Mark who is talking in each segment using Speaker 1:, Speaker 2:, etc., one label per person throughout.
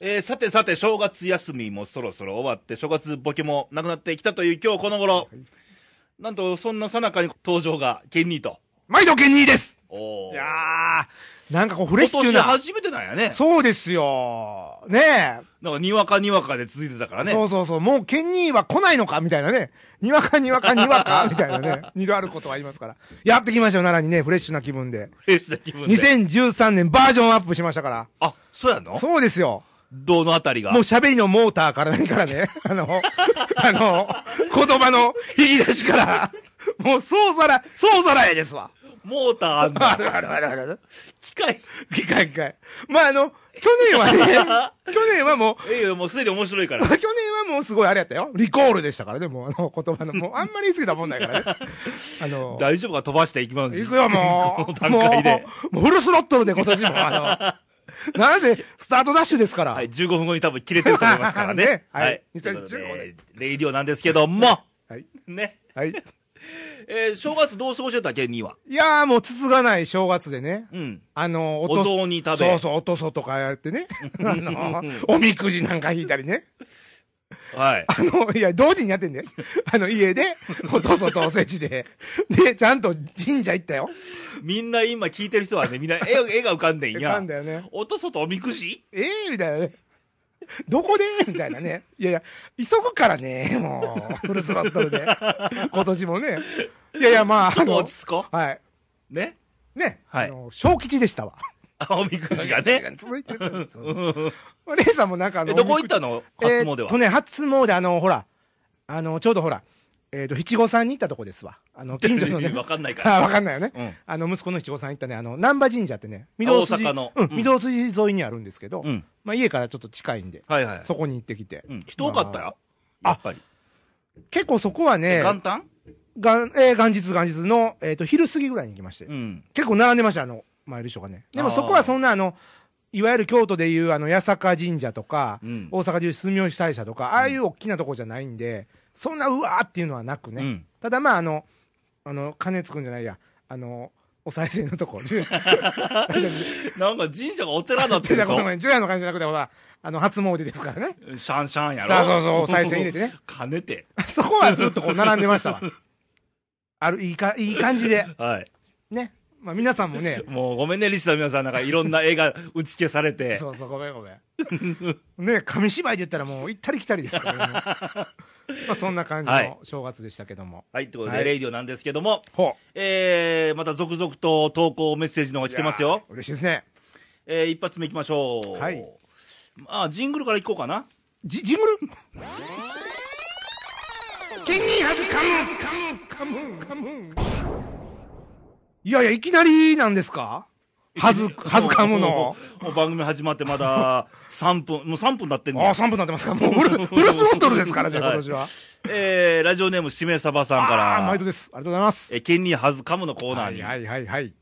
Speaker 1: えー、さてさて、正月休みもそろそろ終わって、正月ボケもなくなってきたという今日この頃、なんとそんなさなかに登場が、ケンニーと。
Speaker 2: 毎度ケニーです
Speaker 1: おー
Speaker 2: いやー、なんかこうフレッ
Speaker 1: 今
Speaker 2: シュ
Speaker 1: 年
Speaker 2: な。
Speaker 1: 初めてなんやね。
Speaker 2: そうですよ。ね
Speaker 1: なんか、にわかにわかで続いてたから
Speaker 2: え。
Speaker 1: ね。
Speaker 2: そうそうそう。もうケニーは来ないのかみたいなね。にわかにわかにわ かみたいなね。二度あることはありますから。やってきましたよ、奈良にね。フレッシュな気分で。
Speaker 1: フレッシュな気分で。
Speaker 2: 2013年バージョンアップしましたから。
Speaker 1: あ、そうやの
Speaker 2: そうですよ。
Speaker 1: どのあたりが
Speaker 2: もう喋りのモーターから何から ね、あの、あの、言葉の言い出しから、もうそうさら、そうさらやですわ。
Speaker 1: モーターあんの
Speaker 2: あるあるあるある。
Speaker 1: 機械。
Speaker 2: 機械機械。まああの、去年は ね、去年はもう、
Speaker 1: ええよ、もうすでに面白いから
Speaker 2: 去。年はもうすごいあれやったよ。リコールでしたからね、もうあの言葉の、もうあんまり言い過ぎたもんない からね。あの、
Speaker 1: 大丈夫か飛ばしていきます。
Speaker 2: 行くよ、も
Speaker 1: この
Speaker 2: う。
Speaker 1: 段階で。
Speaker 2: もう、もうフルスロットルで今年も、あの、なぜ、スタートダッシュですから。
Speaker 1: はい、15分後に多分切れてると思いますからね
Speaker 2: ね。はい
Speaker 1: ということ
Speaker 2: 2015
Speaker 1: でレイディオなんですけども、
Speaker 2: はい。
Speaker 1: ね。
Speaker 2: はい。
Speaker 1: えー正月どう過ごしてたケンニーは。
Speaker 2: いやーもう、つつがない正月でね。
Speaker 1: うん。
Speaker 2: あの、
Speaker 1: お
Speaker 2: そ
Speaker 1: 雑煮食べ
Speaker 2: そうそう、おとそとかやって ね。あの、おみくじなんか引いたりね。
Speaker 1: はい。
Speaker 2: あの、いや、同時にやって んだよ。あの、家で、おとそとおせちで。で、ちゃんと神社行ったよ。
Speaker 1: みんな今聞いてる人はね、みんな 絵を絵が浮かんでんや。
Speaker 2: なんだよね。
Speaker 1: おとそとおみくじ
Speaker 2: ええみたいなね。どこでみたいなね。いやいや、急ぐからね、もう。フルスロットルで。今年もね。いやいや、まあ、
Speaker 1: ちょっと
Speaker 2: あの
Speaker 1: 落ち着こ
Speaker 2: はい。
Speaker 1: う。ね。
Speaker 2: ね。
Speaker 1: はい
Speaker 2: あの、小吉でしたわ。
Speaker 1: あおみくじがね。
Speaker 2: 続いてるんですよ。お姉さんもなんかあの
Speaker 1: え、どこ行ったの初
Speaker 2: えー
Speaker 1: 詣
Speaker 2: っと
Speaker 1: は。
Speaker 2: ね、初詣、あの、ほら、あの、ちょうどほら、えっ、と、七五三に行ったとこですわ。あの、近所 のね。
Speaker 1: わかんないから。
Speaker 2: あ、わかんないよね。
Speaker 1: うん
Speaker 2: あの、息子の七五三行ったね、あの、南波神社ってね、御堂筋。
Speaker 1: 大阪の
Speaker 2: う
Speaker 1: うん
Speaker 2: ん、御堂筋沿いにあるんですけど、
Speaker 1: うん
Speaker 2: まあ、家からちょっと近いんで、
Speaker 1: はいはい。
Speaker 2: そこに行ってきて。
Speaker 1: うん。人多かった
Speaker 2: まあ
Speaker 1: よ。
Speaker 2: あ
Speaker 1: やっぱり。
Speaker 2: 結構そこはね、
Speaker 1: 元旦
Speaker 2: がん、えー元日元日の、えっ、と、昼過ぎぐらいに行きまして、
Speaker 1: うん。
Speaker 2: 結構並んでました、あの、参る人がね。でもそこはそんな、あの、いわゆる京都でいう、あの、八坂神社とか、
Speaker 1: うん
Speaker 2: 大阪でいう住吉大社とか、ああいう大きなとこじゃないんで、そんな、うわーっていうのはなくね。
Speaker 1: うん
Speaker 2: ただ、まあ、あの、あの、金つくんじゃないや、あの、お賽銭のとこ、十夜
Speaker 1: なんか神社がお寺だって
Speaker 2: じ
Speaker 1: こ
Speaker 2: ゃごめんご
Speaker 1: と
Speaker 2: めん、十夜の感じじゃなくて、ほら、あの、初詣ですからね。
Speaker 1: シャンシャンやろ。
Speaker 2: そうそうそうお賽銭入れてね。
Speaker 1: 兼ねて。
Speaker 2: そこはずっとこう、並んでましたわ。 ある、いいか、いい感じで、
Speaker 1: はい。
Speaker 2: ね。まあ、皆さんも ね、
Speaker 1: もうごめんね、リスナーの皆さん。なんかいろんな絵が打ち消されて。
Speaker 2: そうそう、ごめんごめん。 ね紙芝居で言ったらもう行ったり来たりです からね。まあそんな感じ
Speaker 1: はい
Speaker 2: の正月でしたけども。
Speaker 1: はい、ということで、
Speaker 2: はい
Speaker 1: レイディオなんですけども、
Speaker 2: ほう。
Speaker 1: えー、また続々と投稿メッセージの方が来てますよ
Speaker 2: いや。ー。嬉しいですね。
Speaker 1: えー、一発目いきましょう。
Speaker 2: はい。
Speaker 1: まあ、ジングルからいこうかな。
Speaker 2: ジ、ジングルケンニーハズカムンカムンカムンカムンいやいや、いきなりなんですかハズ、ハズカム の
Speaker 1: も。う。もう番組始まってま だ3分、もう3分なってん
Speaker 2: あ
Speaker 1: の
Speaker 2: あ、。3分になってますから。もうフル、フルスロットルですからね、
Speaker 1: はい
Speaker 2: 今年は。
Speaker 1: えー、ラジオネームしめさばさんか
Speaker 2: ああ、
Speaker 1: ら
Speaker 2: 毎、度です。ありがとうございます。
Speaker 1: えー、ケンニーはずかむのコーナー
Speaker 2: はい
Speaker 1: に、
Speaker 2: はいはいはい。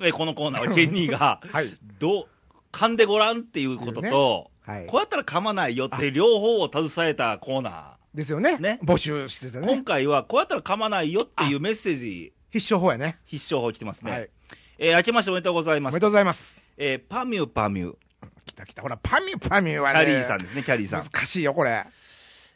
Speaker 1: えーこのコーナー はケンニーが、
Speaker 2: はい。
Speaker 1: どう、噛んでごらんっていうことと、
Speaker 2: ねはい
Speaker 1: こうやったら噛まないよって両方を携えたコーナ
Speaker 2: ですよね。
Speaker 1: ね
Speaker 2: 募集してた
Speaker 1: ー。今
Speaker 2: ね。
Speaker 1: 回は、こうやったら噛まないよっていうメッセージ、
Speaker 2: 必勝法やね。
Speaker 1: 必勝法来てますね。
Speaker 2: はい。
Speaker 1: えー明けましておめでとうござい
Speaker 2: お
Speaker 1: ま
Speaker 2: め
Speaker 1: す
Speaker 2: で。とうございます。
Speaker 1: えーパミュパミュ。
Speaker 2: 来た来た。ほら、パミュパミュは
Speaker 1: キ
Speaker 2: ね。
Speaker 1: ャリーさんですね、キャリーさん。
Speaker 2: 難しいよ、これ。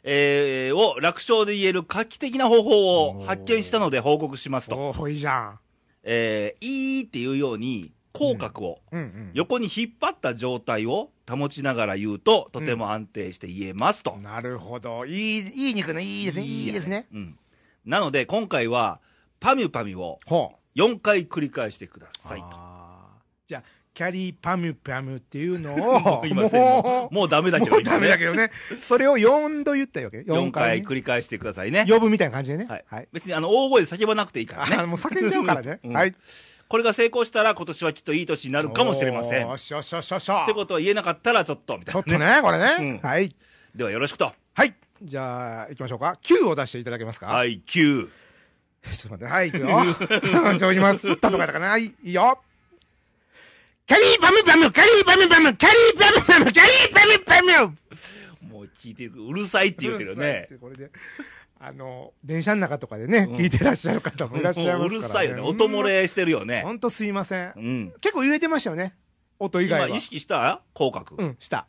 Speaker 1: えーを楽勝で言える画期的な方法を発見したので報告しますと。
Speaker 2: おー、いいじゃん。
Speaker 1: えー、いーっていうように、口角を
Speaker 2: うんうん。
Speaker 1: 横に引っ張った状態を保ちながら言うと、とても安定して言えますと。
Speaker 2: なるほど。いい、いい肉のいいですね。いいですね。
Speaker 1: うん。なので、今回は、パミュパミュを
Speaker 2: ほう。
Speaker 1: 4回繰り返してくださいと。
Speaker 2: あーじゃあ、キャリーパミュパミュっていうのを、も
Speaker 1: 今もう、もうダメだけど、
Speaker 2: もうダメだけどね。それを4度言ったわけ。
Speaker 1: 4回
Speaker 2: ね
Speaker 1: 繰り返してくださいね。
Speaker 2: 呼ぶみたいな感じでね。
Speaker 1: はい
Speaker 2: はい。
Speaker 1: 別にあの大声で叫ばなくていいからね。。
Speaker 2: あーもう叫んじゃうからね
Speaker 1: うん
Speaker 2: はい。
Speaker 1: これが成功したら今年はきっといい年になるかもしれません。
Speaker 2: お
Speaker 1: っ
Speaker 2: ーしょしょしょしょ。
Speaker 1: てことは言えなかったらちょっと、みたい
Speaker 2: ちょ
Speaker 1: な
Speaker 2: っ。とね、これ
Speaker 1: うん
Speaker 2: ね。はい。
Speaker 1: ではよろしくと。
Speaker 2: はい。じゃあ、行きましょうか。9を出していただけますか。
Speaker 1: はい、9。
Speaker 2: ちょっと待って、はい、行く よ。ちょ、今、すったとかやったかな。はい、いいよ。キャリーパムパム、キャリーパムパム、キャリーパムパム、キャリーパムパム
Speaker 1: もう聞いてる、うるさいって言うけどね。。
Speaker 2: これで、あの、電車の中とかでね、聞いてらっしゃる方もいらっしゃいますから、
Speaker 1: もううるさいよね。音漏。れしてるよね
Speaker 2: ほ。んとすいません
Speaker 1: う。ん。
Speaker 2: 結構揺れてましたよね。音以
Speaker 1: 今
Speaker 2: 外は
Speaker 1: 意。識した口角。
Speaker 2: うん、した。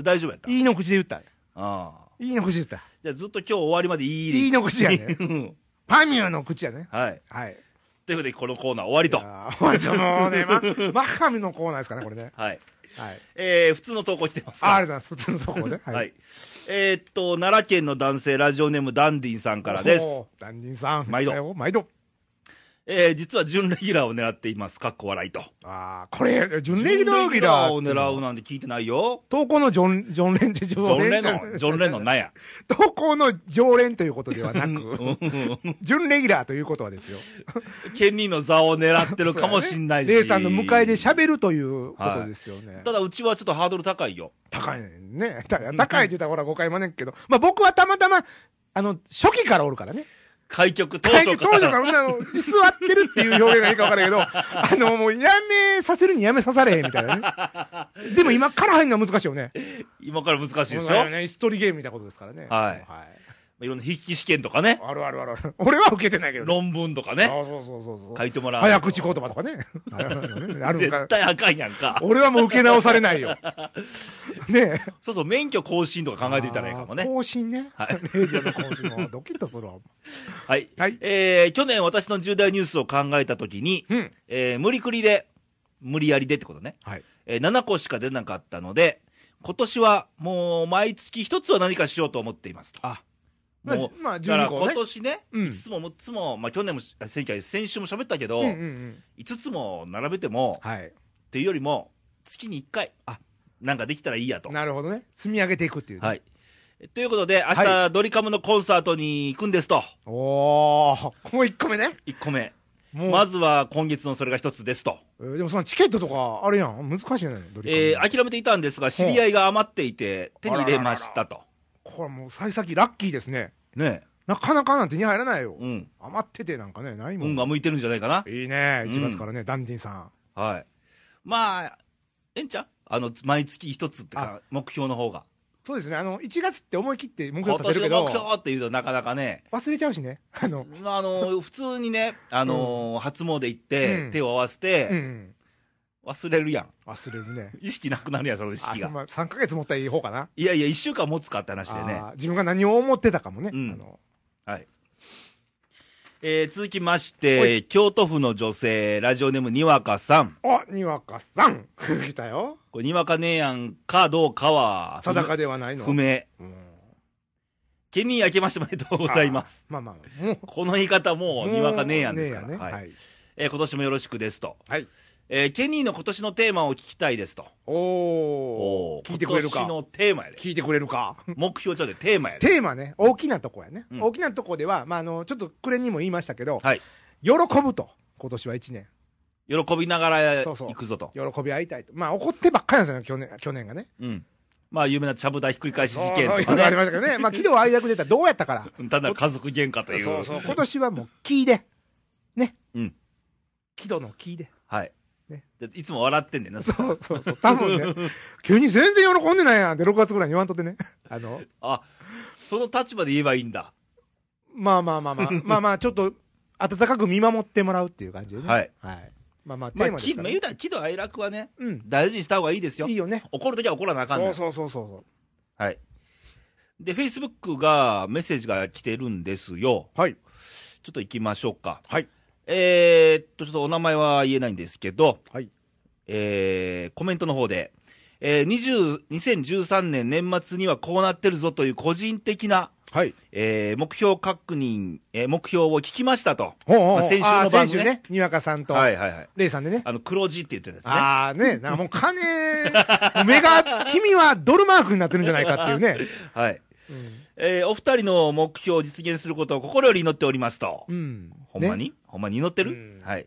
Speaker 1: 大丈夫やった
Speaker 2: いいの口で言った。
Speaker 1: ああ。
Speaker 2: いいの口で言っ
Speaker 1: じゃあずっと今日終わりまでい
Speaker 2: た。
Speaker 1: いで
Speaker 2: いいの口やね。
Speaker 1: うん
Speaker 2: パミューの口やね。
Speaker 1: はい。
Speaker 2: はい。
Speaker 1: ということで、このコーナー終わりと。
Speaker 2: あーまあもうね、ま、 マッハミのコーナーですかね、これね。
Speaker 1: はい。
Speaker 2: はい。
Speaker 1: えー、普通の投稿来てます。
Speaker 2: あありがとうございます。普通のとこね。
Speaker 1: はい。えーっと、奈良県の男性、ラジオネームダンディンさんからです。
Speaker 2: おー。担任さん。
Speaker 1: 毎度
Speaker 2: おはよう。毎度。
Speaker 1: えー、実は準レギュラーを狙っています。かっこ笑いと。
Speaker 2: ああ、これ、準レギュラー
Speaker 1: 準レギュラーを狙うなんて聞いてないよ。
Speaker 2: 投稿のジョン、ジョンレンジ
Speaker 1: ジ
Speaker 2: 常
Speaker 1: ョン・
Speaker 2: 連
Speaker 1: レノン、ジョン・レノンなんや。
Speaker 2: 投稿の常連ということではな く、準レギュラーということはですよ。
Speaker 1: ケニーの座を狙ってるかもしんないし。
Speaker 2: レイさんの迎えで喋るということですよね。
Speaker 1: ただ、うちはちょっとハードル高いよ。
Speaker 2: 高いね。た高いって言ったらほら誤解もねんけど、まあ僕はたまたま、あの、初期からおるからね。
Speaker 1: 開局当
Speaker 2: 当
Speaker 1: 初
Speaker 2: 初
Speaker 1: から。
Speaker 2: から、うんあの、居座ってるっていう表現がいいか分からん けど、あの、もうやめさせるにやめさされへんみたいな ね。でも今から入るのは難しいよね。
Speaker 1: 今から難しいです
Speaker 2: そうだ
Speaker 1: よ
Speaker 2: よ。ね。椅子取りゲームみたいなことですからね。
Speaker 1: はいいろんな筆記試験とかね、
Speaker 2: あるあるあるある。俺は受けてないけどね。
Speaker 1: 論文とか
Speaker 2: あ
Speaker 1: ね、
Speaker 2: そうそうそうそう。
Speaker 1: 書いてもらう。
Speaker 2: 早口言葉と かね。あるあるか
Speaker 1: 絶対あかんやんか。
Speaker 2: 俺はもう受け直されな いよ。ねえ。
Speaker 1: そうそう、免許更新とか考えていたらいいかも
Speaker 2: あー
Speaker 1: ね。
Speaker 2: 更新ね。
Speaker 1: はい。
Speaker 2: レイジャーの更新もドキッとするわ。
Speaker 1: はい。
Speaker 2: はい
Speaker 1: えー、去年私の重大ニュースを考えたときに、
Speaker 2: うん。
Speaker 1: えー、無理くりで、無理やりでってことね。
Speaker 2: はい。
Speaker 1: えー、7個しか出なかったので、今年はもう毎月1つは何かしようと思っていますと。
Speaker 2: あまあ
Speaker 1: もう、
Speaker 2: まあ
Speaker 1: だから
Speaker 2: 12個ね
Speaker 1: 今年ね、
Speaker 2: うん
Speaker 1: 5つも6つも、まあ去年も、あ先週先週も喋ったけど、
Speaker 2: うんうんうん。
Speaker 1: 5つも並べても、
Speaker 2: はい。
Speaker 1: っていうよりも、月に1回、あ、なんかできたらいいやと。
Speaker 2: なるほどね。積み上げていくっていうね。
Speaker 1: はい。ということで、明日、
Speaker 2: は
Speaker 1: ドリカムのコンサートに行くんですと。
Speaker 2: おー、もう1個目ね。
Speaker 1: 1個目。
Speaker 2: もう、
Speaker 1: まずは今月のそれが1つですと。
Speaker 2: えーでもそのチケットとか、あれやん、難しいねドリカム
Speaker 1: えー、諦めていたんですが、知り合いが余っていて、手に入れましたと。
Speaker 2: これもう幸先ラッキーですね。
Speaker 1: ね
Speaker 2: なかなかなんて手に入らないよ。
Speaker 1: え。うん。
Speaker 2: 余っててなんかね、ないもん。
Speaker 1: 運が向いてるんじゃないかない
Speaker 2: いね、
Speaker 1: うん
Speaker 2: 1月からね、ダンディンさん。。
Speaker 1: はい。まあ、ええんちゃうあの、毎月1つってか、目標の方が。
Speaker 2: そうですね、あの、1月って思い切って目
Speaker 1: 今
Speaker 2: 標立て
Speaker 1: 年
Speaker 2: るけ
Speaker 1: の
Speaker 2: ど
Speaker 1: 目、標っていうとなかなかね、
Speaker 2: 忘れちゃうしね。あの、
Speaker 1: あの、普通にね、あのー初詣行って、
Speaker 2: うん
Speaker 1: 手を合わせ
Speaker 2: うんう
Speaker 1: て、
Speaker 2: ん。
Speaker 1: 忘れるやん。
Speaker 2: 忘れるね。
Speaker 1: 意識なくなるやん、その意
Speaker 2: あ
Speaker 1: 識が。
Speaker 2: まあ、3ヶ月持ったらいい方かな。
Speaker 1: いやいや、1週間持つかって話でね。
Speaker 2: あー自分が何を思ってたかもね。
Speaker 1: うん
Speaker 2: あの
Speaker 1: はい。えー続きまし
Speaker 2: は
Speaker 1: て、京都府の女性、ラジオネームにわかさん。
Speaker 2: あ、にわかさん 来たよ。
Speaker 1: これにわかねえやんかどうかは、
Speaker 2: 定かではないの。
Speaker 1: 不明。
Speaker 2: うん
Speaker 1: ケニー明けましておめでとうございます。
Speaker 2: まあまあ、もう。
Speaker 1: この言い方もう、にわかねえやんですから。
Speaker 2: ねえやね
Speaker 1: は
Speaker 2: はいい。
Speaker 1: えー今年もよろしくですと。
Speaker 2: はい。
Speaker 1: えーケニーの今年のテーマを聞きたいですと。
Speaker 2: お
Speaker 1: お
Speaker 2: ー。
Speaker 1: ー
Speaker 2: 聞いてくれる
Speaker 1: 今
Speaker 2: か
Speaker 1: 年。のテーマやで。
Speaker 2: 聞いてくれるか。
Speaker 1: 目標ちょうでテーマやで。
Speaker 2: テーマね、大きなとこやね。
Speaker 1: うん
Speaker 2: 大きなとこでは、まあ、あの、ちょっと暮れにも言いましたけど、
Speaker 1: はい。
Speaker 2: 喜ぶと。今年は一年。
Speaker 1: 喜びながら
Speaker 2: そうそう
Speaker 1: 行くぞと。
Speaker 2: 喜び合いたいと。まあ、怒ってばっかりなんですよね、去年、去年がね。
Speaker 1: うん。まあ、有名なちゃぶ台ひっくり返し事
Speaker 2: そう
Speaker 1: 件
Speaker 2: そうい
Speaker 1: と
Speaker 2: うのが
Speaker 1: か
Speaker 2: あ
Speaker 1: ね。
Speaker 2: りましたけどね。まあ、喜怒哀楽で言ったらどうやったから。
Speaker 1: ただ家族喧嘩という。
Speaker 2: そうそう。今年はもう、キーで。ね。
Speaker 1: うん。
Speaker 2: 喜怒のキーで。
Speaker 1: はい。
Speaker 2: ね
Speaker 1: でいつも笑ってんねんな。
Speaker 2: そうそうそう。多分 ね。急に全然喜んでないやんって、6月ぐらいに言わんとってね。あの、
Speaker 1: あ、その立場で言えばいいんだ。
Speaker 2: まあまあまあまあ、まあまあ、ちょっと、温かく見守ってもらうっていう感じでね。
Speaker 1: はい。
Speaker 2: まあまあ、テ
Speaker 1: まあ、
Speaker 2: ーマです
Speaker 1: き
Speaker 2: か
Speaker 1: まあ、
Speaker 2: らね
Speaker 1: 言うたら喜怒哀楽はね、
Speaker 2: うん。
Speaker 1: 大事にした方がいいですよ
Speaker 2: いい。よね。
Speaker 1: 怒るときは怒らなあかん
Speaker 2: そ
Speaker 1: ね
Speaker 2: うんそうそうそ
Speaker 1: はい。で、Facebook が、メッセージが来てるんですよ。
Speaker 2: う。はい。
Speaker 1: ちょっと行きましょうか。
Speaker 2: はい。
Speaker 1: えー、っと、ちょっとお名前は言えないんですけど、
Speaker 2: はい。
Speaker 1: えー、コメントの方で、えー、20 2013年年末にはこうなってるぞという個人的な、
Speaker 2: はい。
Speaker 1: えー、目標確認、えー、目標を聞きましたと。
Speaker 2: ほうほう
Speaker 1: まあ
Speaker 2: ほう
Speaker 1: 先週の
Speaker 2: あー
Speaker 1: 番
Speaker 2: 先週
Speaker 1: 組ね
Speaker 2: ね。にわかさんと、
Speaker 1: はいはいはい。
Speaker 2: レイさんでね。
Speaker 1: あの、黒字って言ってたやつね。
Speaker 2: ああね、なんかもう金、 目が、君はドルマークになってるんじゃないかってい うね。
Speaker 1: はい。えーお二人の目標を実現することを心より祈っておりますと。
Speaker 2: うん。
Speaker 1: ほんま
Speaker 2: ね
Speaker 1: に、ほんまに祈って
Speaker 2: う
Speaker 1: る
Speaker 2: ん
Speaker 1: はい。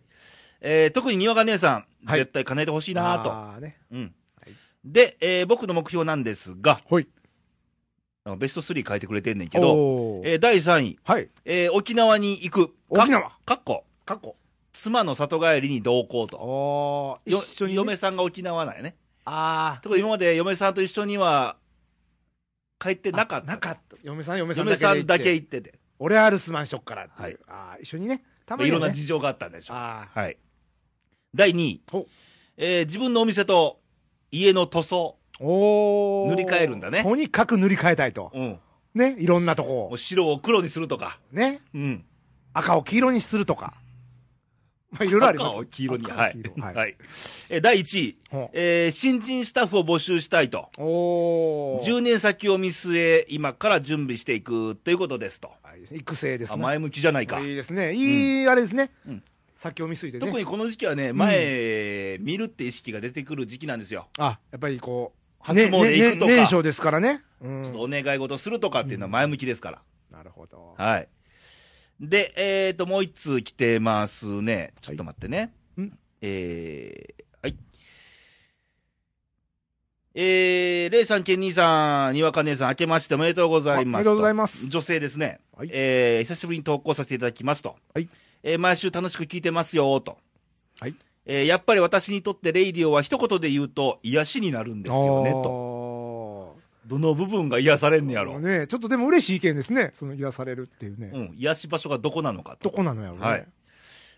Speaker 1: えー特ににわか姉さん、
Speaker 2: はい
Speaker 1: 絶対叶えてほしいなと。
Speaker 2: あーね。
Speaker 1: うん。
Speaker 2: はい
Speaker 1: で、えー僕の目標なんですが、
Speaker 2: ほい。
Speaker 1: あのベスト3書いてくれてんねんけど、
Speaker 2: おー
Speaker 1: えー第3位、
Speaker 2: はい。
Speaker 1: えー沖縄に行く。
Speaker 2: 沖縄
Speaker 1: かかっこ、
Speaker 2: 過去。
Speaker 1: 妻の里帰りに同行と。
Speaker 2: おー、
Speaker 1: よ
Speaker 2: 一緒にね。
Speaker 1: 嫁さんが沖縄なんやね。
Speaker 2: あ
Speaker 1: とこ今まで嫁さんと一緒には帰って
Speaker 2: ー。
Speaker 1: なかった。
Speaker 2: なかった。嫁さん、嫁さん
Speaker 1: 嫁
Speaker 2: だけで
Speaker 1: さ
Speaker 2: 行って。
Speaker 1: んだけ行ってて。
Speaker 2: 俺はアルスマンしよっからっていう。
Speaker 1: はい
Speaker 2: ああ、一緒にね。たま
Speaker 1: で
Speaker 2: に
Speaker 1: い
Speaker 2: は
Speaker 1: ろん
Speaker 2: ね、
Speaker 1: な事情があったんでしょう。
Speaker 2: ああ。
Speaker 1: はい。第2位
Speaker 2: ほう。
Speaker 1: えー自分のお店と家の塗装。
Speaker 2: おおー
Speaker 1: 塗り替えるんだね
Speaker 2: とにかく塗り替えたいと。
Speaker 1: うん。も
Speaker 2: ね、いろんなとこを
Speaker 1: う。白を黒にするとか。
Speaker 2: ね、
Speaker 1: うん。
Speaker 2: 赤を黄色にするとか。まあ、いろいろあります。
Speaker 1: 赤を黄色に。
Speaker 2: 赤を
Speaker 1: はい
Speaker 2: 黄。色
Speaker 1: は。
Speaker 2: はいい。
Speaker 1: えー第1位
Speaker 2: ほう、
Speaker 1: えー新人スタッフを募集したいと。
Speaker 2: おー。
Speaker 1: 10年先を見据え、今から準備していくということですと。
Speaker 2: はい育成です
Speaker 1: あ
Speaker 2: ね。
Speaker 1: 前向きじゃないか。
Speaker 2: いいですね。いい、あれですね。先を見据えてね。
Speaker 1: 特にこの時期はね、前、見るって意識が出てくる時期なんですよ。
Speaker 2: あ、やっぱりこう、
Speaker 1: 初詣
Speaker 2: ねね
Speaker 1: 行くとか
Speaker 2: 年初ですからね。うん。
Speaker 1: お願い事するとかっていうのは前向きですから。
Speaker 2: なるほど。
Speaker 1: はい。で、えっ、ー、と、もう一通来てますね。ちょっと待ってね。
Speaker 2: はいん
Speaker 1: えー、はい。えー、レイさん、ケンニーさん、にわか姉さん、明けましておめでとうございます。
Speaker 2: あおめでとうございます
Speaker 1: 女性ですね。
Speaker 2: はい
Speaker 1: えー、久しぶりに投稿させていただきますと。
Speaker 2: はい
Speaker 1: えー、毎週楽しく聞いてますよ、と。
Speaker 2: はい。
Speaker 1: えー、やっぱり私にとってレイディオは一言で言うと、癒しになるんですよね、と。
Speaker 2: と。
Speaker 1: どの部分が癒されんねやろ。
Speaker 2: ねちょっとでも嬉しい意見ですね。その、癒されるっていうね。
Speaker 1: うん、癒し場所がどこなのかと
Speaker 2: ど。こなのやろうね。
Speaker 1: はい。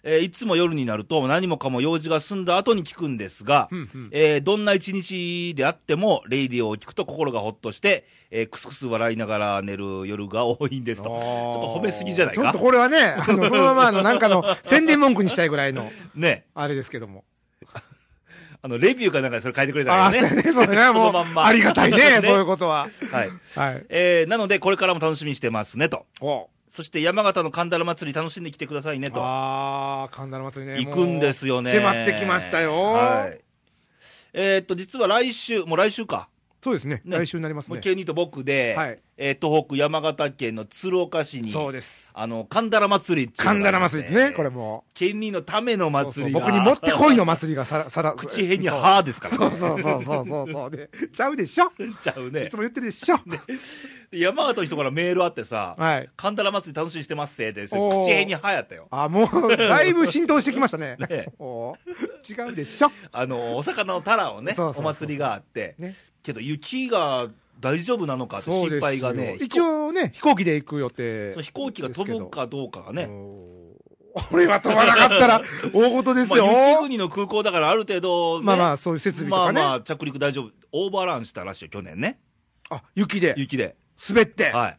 Speaker 1: えーいつも夜になると何もかも用事が済んだ後に聞くんですが、
Speaker 2: うんうん
Speaker 1: えーどんな一日であっても、レイディオを聞くと心がほっとして、えー、くすくす笑いながら寝る夜が多いんですと。ち
Speaker 2: あー
Speaker 1: ょっと褒めすぎじゃない
Speaker 2: ちょっ
Speaker 1: か
Speaker 2: と。これはね、あ の、そのまま、あの、なんかの、宣伝文句にしたいぐらいの、
Speaker 1: ね。
Speaker 2: あれですけども。
Speaker 1: あの、レビューかなんかでそれ書いてくれた
Speaker 2: あ
Speaker 1: ら
Speaker 2: あ、そう
Speaker 1: ね。
Speaker 2: やね、そうやね、
Speaker 1: そ
Speaker 2: も
Speaker 1: の
Speaker 2: う、
Speaker 1: まんま。
Speaker 2: ありがたい ね、そういう
Speaker 1: こ
Speaker 2: ことは。
Speaker 1: と。はい。
Speaker 2: はい。
Speaker 1: えーなので、これからも楽しみにしてますねと。
Speaker 2: お
Speaker 1: そして、山形の神田祭り楽しんできてくださいねと。
Speaker 2: ああ、神田の祭りね。
Speaker 1: 行くんですよね。
Speaker 2: もう迫ってきましたよ。
Speaker 1: はい。えーっと、実は来週、もう来週か。
Speaker 2: そうですね、
Speaker 1: ね
Speaker 2: 来週になります
Speaker 1: もう
Speaker 2: ね。
Speaker 1: ケニーと僕で、
Speaker 2: はい
Speaker 1: えー東北山形県の鶴岡市に、
Speaker 2: そうです。
Speaker 1: あの、神田ら祭りっていう
Speaker 2: 神
Speaker 1: のが
Speaker 2: 田
Speaker 1: あり
Speaker 2: の
Speaker 1: ます
Speaker 2: 祭りってね、これ。も
Speaker 1: ケニーのための
Speaker 2: う。そう
Speaker 1: 祭
Speaker 2: そう
Speaker 1: り
Speaker 2: 僕に持ってこい
Speaker 1: 祭
Speaker 2: の祭りがさら、さら、
Speaker 1: り。 口辺に歯ですから、
Speaker 2: そうそうそうそうそうそ う。で、ちゃうでしょい
Speaker 1: ちゃうね
Speaker 2: つ。も言ってるでしょ
Speaker 1: で山形の人からメールあってさ、
Speaker 2: はい。
Speaker 1: 神田ら祭り楽しみにしてますせって、それ
Speaker 2: おー
Speaker 1: 口辺に歯やったよ。
Speaker 2: あ、もう、だいぶ浸透してきましたね。
Speaker 1: ね
Speaker 2: お違うでしょ
Speaker 1: あの、お魚のタラをね、
Speaker 2: そうそうそうそう
Speaker 1: お祭りがあって、
Speaker 2: ね
Speaker 1: けど雪が大丈夫なのかって
Speaker 2: そう
Speaker 1: 心
Speaker 2: です
Speaker 1: 配
Speaker 2: よ
Speaker 1: がね、
Speaker 2: 一応ね、飛行機で行く予定。
Speaker 1: 飛行機が飛ぶかどうかがね、
Speaker 2: おー。俺は飛ばなかっ たら、大事ですよ。
Speaker 1: まあ、雪国の空港だからある程度、ね、
Speaker 2: まあまあそういう設備とかね
Speaker 1: まあまあ着陸大丈夫オーバーランしたらしいよ去年ね
Speaker 2: あ、雪で。
Speaker 1: 雪で
Speaker 2: 滑って。
Speaker 1: はい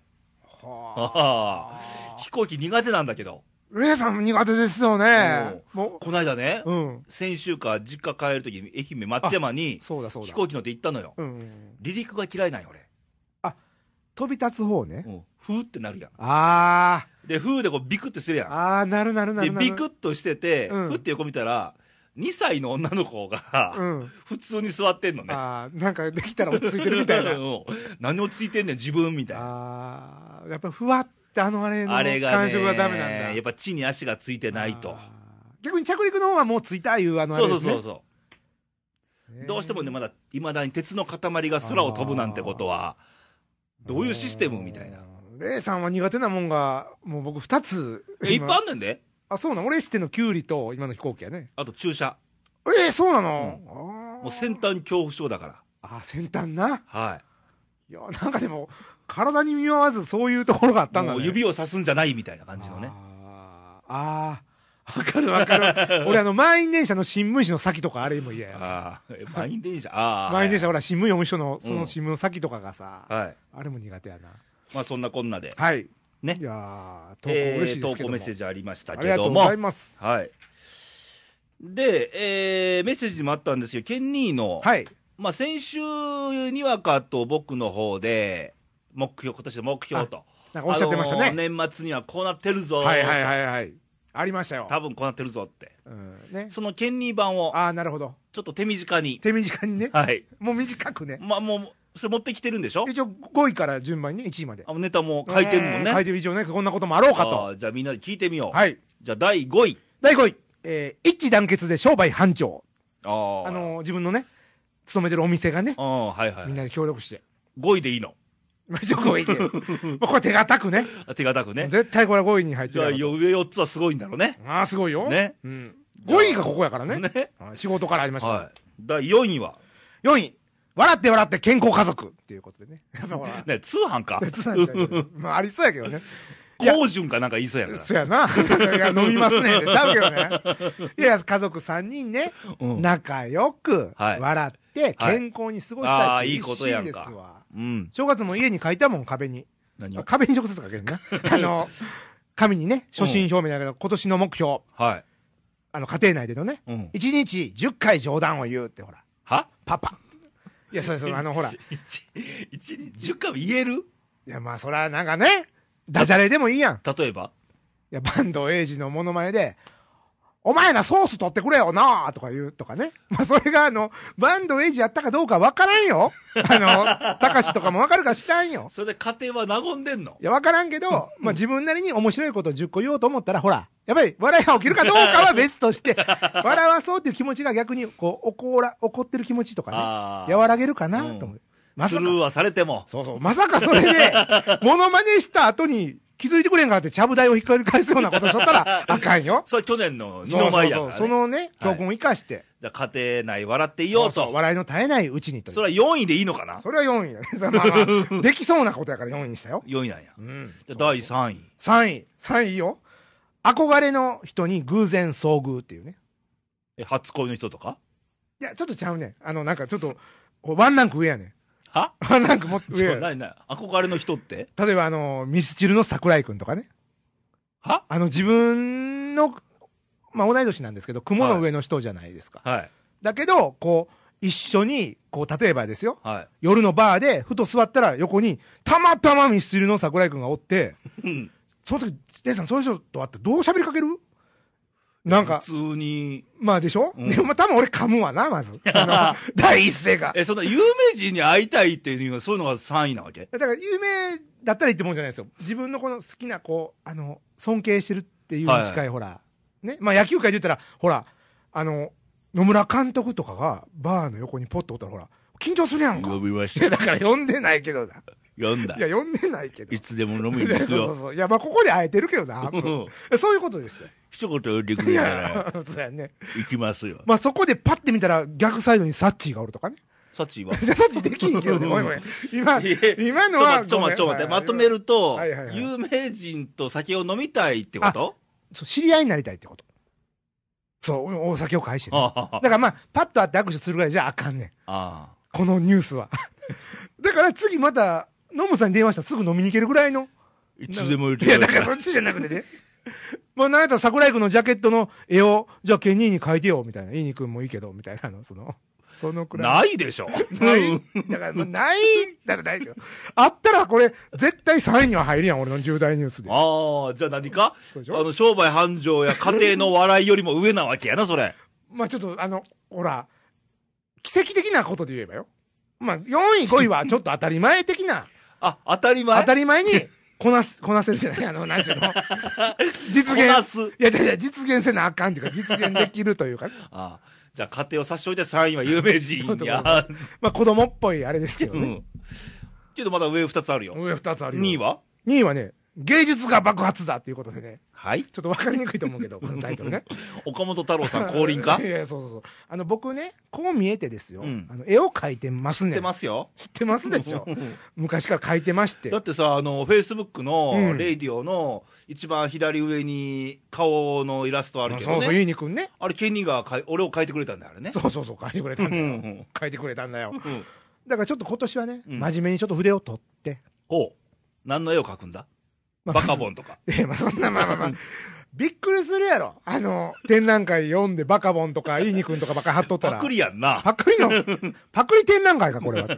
Speaker 2: はあ
Speaker 1: ああ飛行機苦手なんだけど
Speaker 2: レイさん苦手ですよね。も
Speaker 1: この間ね、
Speaker 2: う、うん。
Speaker 1: 先週か実家帰るときに愛媛松山に
Speaker 2: そうだそうだ。
Speaker 1: 飛行機乗って行ったのよ
Speaker 2: うんうん。
Speaker 1: 離陸が嫌いなんよ俺、
Speaker 2: 飛び立つ方ね。
Speaker 1: うん、ふーってなるや
Speaker 2: あ
Speaker 1: んでふーでこうビクッとしてる
Speaker 2: あ、
Speaker 1: や
Speaker 2: ああ、なるなる
Speaker 1: ん
Speaker 2: な
Speaker 1: で
Speaker 2: るなる。
Speaker 1: ビクッとしてて、
Speaker 2: うん
Speaker 1: ふって横見たら2歳の女の子が、
Speaker 2: うん。
Speaker 1: 普通に座ってんのね
Speaker 2: ああ、なんかできたら落ち着いてるみたい
Speaker 1: う
Speaker 2: な。
Speaker 1: ん何をついてんねん自分みたいな
Speaker 2: ああ、やっぱふわってあのあれの
Speaker 1: あれがね、
Speaker 2: 感触がダメなんだ。
Speaker 1: やっぱ地に足がついてないと
Speaker 2: あ。ー。逆に着陸の方はもう着いたいうあのあ
Speaker 1: そ
Speaker 2: れ
Speaker 1: うそ
Speaker 2: で
Speaker 1: う
Speaker 2: すね。
Speaker 1: そうそう、どうしてもね、まだ、いまだに鉄の塊が空を飛ぶなんてことは、どういうシステムみたいな。
Speaker 2: うん。レイさんは苦手なもんが、もう僕二つ。
Speaker 1: えいっ
Speaker 2: 今
Speaker 1: ぱいあんねんで。
Speaker 2: あ、そうなの俺知ってんのキュウリと今の飛行機やね。
Speaker 1: あと駐車。
Speaker 2: ええそうなの、あー
Speaker 1: もう先端恐怖症だから。
Speaker 2: あ、先端な。
Speaker 1: はい
Speaker 2: や、なんかでも、体に見合わずそういうところがあっ
Speaker 1: い。
Speaker 2: たんだ
Speaker 1: も
Speaker 2: ね。
Speaker 1: う指をさすんじゃないみたいな感じのね。
Speaker 2: あーあー、わかるわか る。俺あの、満員電車の新聞紙の先とかあれも嫌や。
Speaker 1: ああ、え満員電車。ああ。
Speaker 2: 満員電車、ほら、新聞読む人の、そうの
Speaker 1: ん
Speaker 2: 新聞の先とかがさ、
Speaker 1: はい。
Speaker 2: あれも苦手やな。
Speaker 1: まあそんなこんなで。
Speaker 2: はい。
Speaker 1: ね
Speaker 2: いやー投稿
Speaker 1: え
Speaker 2: 嬉しい
Speaker 1: ー
Speaker 2: で
Speaker 1: 投
Speaker 2: すけど
Speaker 1: 稿
Speaker 2: も、
Speaker 1: メッセージありました
Speaker 2: あり
Speaker 1: け
Speaker 2: がと
Speaker 1: ど
Speaker 2: う
Speaker 1: も。
Speaker 2: ございます。
Speaker 1: はい。で、えーメッセージもあったんですけど、ケンニーの、
Speaker 2: はい。
Speaker 1: まあ、先週、にわかと僕の方で、目標、今年の目標と。
Speaker 2: なんかおっしゃってました
Speaker 1: あの
Speaker 2: ね。
Speaker 1: ー年末にはこうなってるぞ。
Speaker 2: はいはいはいはい。ありましたよ。
Speaker 1: 多分こうなってるぞって。
Speaker 2: うん、ね。
Speaker 1: そのケンニー版を、
Speaker 2: ああ、なるほど。
Speaker 1: ちょっと手短に。
Speaker 2: 手短にね。
Speaker 1: はい。
Speaker 2: もう短くね。
Speaker 1: まあ、もう、それ持ってきてるんでしょ
Speaker 2: 一応5位から順番にね、1位まで
Speaker 1: あ。のネタも書いてるもんね。
Speaker 2: 書いてる以上ね、こんなこともあろうか
Speaker 1: あ
Speaker 2: と。
Speaker 1: ーじゃあみんなで聞いてみよう。
Speaker 2: はい。
Speaker 1: じゃあ第5位。
Speaker 2: 第5位。えー一致団結で商売繁盛。
Speaker 1: ああ。
Speaker 2: あのー、自分のね、勤めてるお店がね
Speaker 1: う、ん、はいはい。
Speaker 2: みんなで協力して。
Speaker 1: 5位でいいの。
Speaker 2: まあ一応5位で。 まあこれ手堅くね。
Speaker 1: あ手堅くね。
Speaker 2: 絶対これ5位に入って
Speaker 1: じゃあ
Speaker 2: るやろ
Speaker 1: よ上4つはすごいんだろうね。
Speaker 2: うと。ああ、すごいよ。
Speaker 1: ね
Speaker 2: うん。
Speaker 1: じゃあ
Speaker 2: 5位がここやからね。
Speaker 1: ね
Speaker 2: はい仕事からありましたから。
Speaker 1: はい。第4位は、
Speaker 2: 4位、笑って笑って健康家族っていうことでね。やっぱほ ら、
Speaker 1: ね、通販か。
Speaker 2: 別なんちゃうけどまあありそうやけどね。いや
Speaker 1: 高順かなんか言いそうやから。
Speaker 2: そうやな。いや、飲みます ね。ちゃうけどね。いや、家族3人ね、
Speaker 1: うん
Speaker 2: 仲良く、
Speaker 1: はい
Speaker 2: 笑っって、健康に過ごしたいっていうシーンです
Speaker 1: あーいいこと
Speaker 2: わ。
Speaker 1: うん。
Speaker 2: 正月も家に書いたもん、壁に。
Speaker 1: 何を
Speaker 2: 壁に直接書ける な。あの、紙にね、初心表明だけど、今年の目標、
Speaker 1: はい。
Speaker 2: あの、家庭内でのね、
Speaker 1: うん。
Speaker 2: 1日10回冗談を言うって、ほら、
Speaker 1: は
Speaker 2: パパ。いや、それそれ、あの、ほら、い
Speaker 1: 一、一、十回も言える
Speaker 2: や、まあ、そら、なんかね、ダジャレでもいいやん。い
Speaker 1: 例えば
Speaker 2: や、坂東英二のモノマネで、お前らソース取ってくれよなとか言うとかね。まあ、それが、あの、坂東英二やったかどうかわからんよ。あの、たかしとかもわかるか知らんよ。
Speaker 1: それで家庭は和んでんの
Speaker 2: いや、わからんけど、まあ、自分なりに面白いことを10個言おうと思ったら、ほら、やっぱり笑いが起きるかどうかは別として、笑わそうっていう気持ちが逆に、こう、怒ら、怒ってる気持ちと
Speaker 1: あ
Speaker 2: か
Speaker 1: ー
Speaker 2: ね、和らげるかな
Speaker 1: うん
Speaker 2: と思う。ますさか、
Speaker 1: るはされても。
Speaker 2: そうそう、まさかそれで、モノマネした後に気づいてくれんからって、ちゃぶ台をひっくり返すようなことしとったら、あかんよ。
Speaker 1: それは去年の二
Speaker 2: そう
Speaker 1: の
Speaker 2: そ
Speaker 1: 舞
Speaker 2: う
Speaker 1: や
Speaker 2: そ
Speaker 1: か
Speaker 2: う、
Speaker 1: ら、ね。
Speaker 2: そのね、教訓を生かして、
Speaker 1: じゃあ家庭内笑っていよう
Speaker 2: そうそう
Speaker 1: と。
Speaker 2: 笑いの絶えないうちにという
Speaker 1: それは4位でいいのかな
Speaker 2: それは4位やね。ま あまあできそうなことやから4位にしたよ。
Speaker 1: ?4 位なんや。
Speaker 2: うん。
Speaker 1: じゃあ第3位。
Speaker 2: 3位、3位よ。憧れの人に偶然遭遇っていうね。
Speaker 1: え、初恋の人とか
Speaker 2: いや、ちょっとちゃうねん。あの、なんかちょっと、ワンランク上やねん。
Speaker 1: は
Speaker 2: ワンランクもっと
Speaker 1: そ
Speaker 2: 上
Speaker 1: う、
Speaker 2: や
Speaker 1: ないない。憧れの人って
Speaker 2: 例えば、あの、ミスチルの桜井くんとかね。
Speaker 1: は
Speaker 2: あの、自分の、まあ、同い年なんですけど、雲の上の人じゃないですか。
Speaker 1: はい。
Speaker 2: だけど、こう、一緒に、こう、例えばですよ。
Speaker 1: は
Speaker 2: 夜のバーで、ふと座ったら横に、たまたまミスチルの桜井くんがおって、
Speaker 1: い。うん。
Speaker 2: その時、デイさん、そういう人と会ってどう喋りかけるなんか
Speaker 1: 普、通に。
Speaker 2: まあでしょ、
Speaker 1: うん
Speaker 2: でもまあ多分俺噛むわな、まず。あの、第一声が。
Speaker 1: え、そんな有名人に会いたいっていうのが、そういうのが3位なわけ
Speaker 2: だから有名だったらいいってもんじゃないですよ。自分のこの好きな、こう、あの、尊敬してるっていうのに近い、
Speaker 1: は
Speaker 2: ほら。ね。まあ野球界で言ったら、ほら、あの、野村監督とかがバーの横にポッとおったら、ほら、緊張するやんか。
Speaker 1: びまし
Speaker 2: い や、だから呼んでないけどな。
Speaker 1: 読んだ
Speaker 2: い。や、呼んでないけど。
Speaker 1: いつでも飲み
Speaker 2: い
Speaker 1: に行
Speaker 2: や
Speaker 1: く
Speaker 2: そうそう
Speaker 1: よ。
Speaker 2: そう。いや、まあここで会えてるけどな。
Speaker 1: うん
Speaker 2: そういうことですよ。
Speaker 1: 一言言ってくれ
Speaker 2: い
Speaker 1: たら
Speaker 2: や、そうやね。
Speaker 1: 行きますよ。
Speaker 2: まあそこでパッて見たら逆サイドにサッチーがおるとかね。
Speaker 1: サチは。
Speaker 2: じゃあ、そっちできんけどね、ごめん ごめん。今、今のは。
Speaker 1: ちょ待ちょ待って、まとめ
Speaker 2: っ
Speaker 1: ると
Speaker 2: はいはいは、い
Speaker 1: 有名人と酒を飲みたいってこと
Speaker 2: そう、知り合いになりたいってこと。そう、おお酒を返してね、
Speaker 1: ああ
Speaker 2: だからまあ、パッと会って握手するぐらいじゃあかんねん。
Speaker 1: あ
Speaker 2: このニュースは。 だから次また、ノムさんに電話したらすぐ飲みに行けるぐらいの。
Speaker 1: あ。いつでも言って
Speaker 2: いや、
Speaker 1: くれ
Speaker 2: だ
Speaker 1: た
Speaker 2: からそっちじゃなくてね。 まあ、なんやったら桜井君のジャケットの絵を、じゃあケニーに描いてよ、みたいな。イーニ君もいいけど、みたいなの、その、そのくらい。
Speaker 1: ないでしょ。
Speaker 2: ない。だから、もうない、だからないよ。あったらこれ、絶対3位には入るやん、俺の重大ニュースで。
Speaker 1: ああ、じゃあ何かあ
Speaker 2: そうでしょ
Speaker 1: の、商売繁盛や家庭の笑いよりも上なわけやな、それ。
Speaker 2: まあちょっと、あの、ほら、奇跡的なことで言えばよ。まあ4位、5位 はちょっと当たり前的な、
Speaker 1: あ、当たり前
Speaker 2: 当たり前に、こなす、こなせるじゃないあの、なんちゅうの。 実現。
Speaker 1: こなす
Speaker 2: いや、いやいや、実現せなあかんっていうか、実現できるというか、ね、
Speaker 1: ああじゃあ家庭を差し置いて3位は有名 人や。
Speaker 2: まあ子供っぽいあれですけど
Speaker 1: う
Speaker 2: ね。
Speaker 1: ん。ちょっとまだ上2つあるよ。
Speaker 2: 上2つあるよ。
Speaker 1: 2位は
Speaker 2: ?2 位はね、芸術が爆発だっていうことでね。
Speaker 1: はい。
Speaker 2: ちょっとわかりにくいと思うけど、このタイト ルね。
Speaker 1: 岡本太郎さん降臨 か
Speaker 2: いやいや、そうそうそう。あの、僕ね、こう見えてですよ。
Speaker 1: うん
Speaker 2: あの、絵を描いてますね
Speaker 1: 知っ
Speaker 2: ん。
Speaker 1: てますよ。
Speaker 2: 知ってますでしょ昔から描いてまして
Speaker 1: だ。ってさ、あの、フェイスブック
Speaker 2: う
Speaker 1: の、
Speaker 2: ん
Speaker 1: レイディオの、一番左上に、顔のイラストあるけ
Speaker 2: そ
Speaker 1: ど
Speaker 2: うそう、ユ
Speaker 1: ね。
Speaker 2: ーニくんね。
Speaker 1: あれ、ケニーがかい、俺を書いてくれたんだ、あれね。
Speaker 2: そうそうそう、描いてくれたんだ
Speaker 1: う
Speaker 2: よ。
Speaker 1: ん。
Speaker 2: 描いてくれたんだよ。
Speaker 1: うん。
Speaker 2: だからちょっと今年はね、
Speaker 1: うん
Speaker 2: 真面目にちょっと筆を取って。
Speaker 1: おう何の絵を描くんだ
Speaker 2: まあ
Speaker 1: バカボンとか。
Speaker 2: ええ、まあそんな、まあまあまあ。びっくりするやろ。あの、展覧会読んでバカボンとか、ユーニくんとかばっかり貼っとった
Speaker 1: パ
Speaker 2: ら。
Speaker 1: クリやんな。
Speaker 2: パクリの、パクリ展覧会か、これは。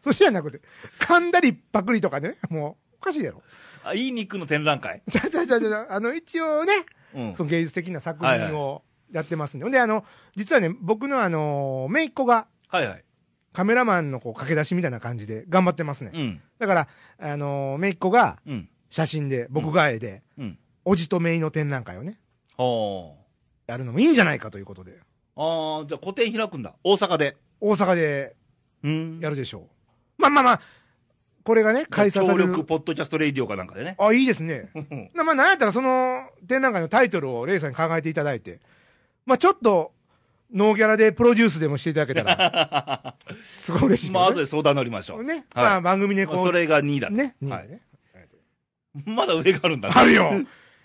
Speaker 2: そしてじゃなくて、噛んだりパクリとかね、もう、おかしいやろ。
Speaker 1: あ、いい肉の展覧会。
Speaker 2: じゃあじゃあじゃあじゃあ、あの、一応ね、
Speaker 1: うん
Speaker 2: そ。の芸術的な作
Speaker 1: はい
Speaker 2: 品をやってますんで。ほんで、あの、実はね、僕のあの、姪っ子が
Speaker 1: はいはい。
Speaker 2: カメラマンのこう駆け出しみたいな感じで頑張ってますね。
Speaker 1: うん。
Speaker 2: だから、あの、姪っ子が
Speaker 1: うん。
Speaker 2: 写真で、僕が絵で、
Speaker 1: うん。
Speaker 2: おじと姪の展覧会をね、
Speaker 1: ほう。
Speaker 2: やるのもいいんじゃないかということで、
Speaker 1: ああ、じゃあ個展開くんだ。大阪で。
Speaker 2: 大阪で
Speaker 1: うん
Speaker 2: やるでしょう。まあまあまあ、これがね、開催され
Speaker 1: 協
Speaker 2: る。
Speaker 1: 力ポッドキャストレイディオかなんか でね。
Speaker 2: あ、いいですね。
Speaker 1: うん
Speaker 2: なまあ、なんやったらその展覧会のタイトルをレイさんに考えていただいて、まあ、ちょっと、ノーギャラでプロデュースでもしていただけたら、 すごい嬉しいけ
Speaker 1: まあ、
Speaker 2: ど
Speaker 1: 後で相談乗りましょう。
Speaker 2: ね。ね。
Speaker 1: はい
Speaker 2: まあ、番組でこう、
Speaker 1: それが2位だった
Speaker 2: ね。
Speaker 1: はい
Speaker 2: いいね
Speaker 1: まだ上があるんだね
Speaker 2: あるよ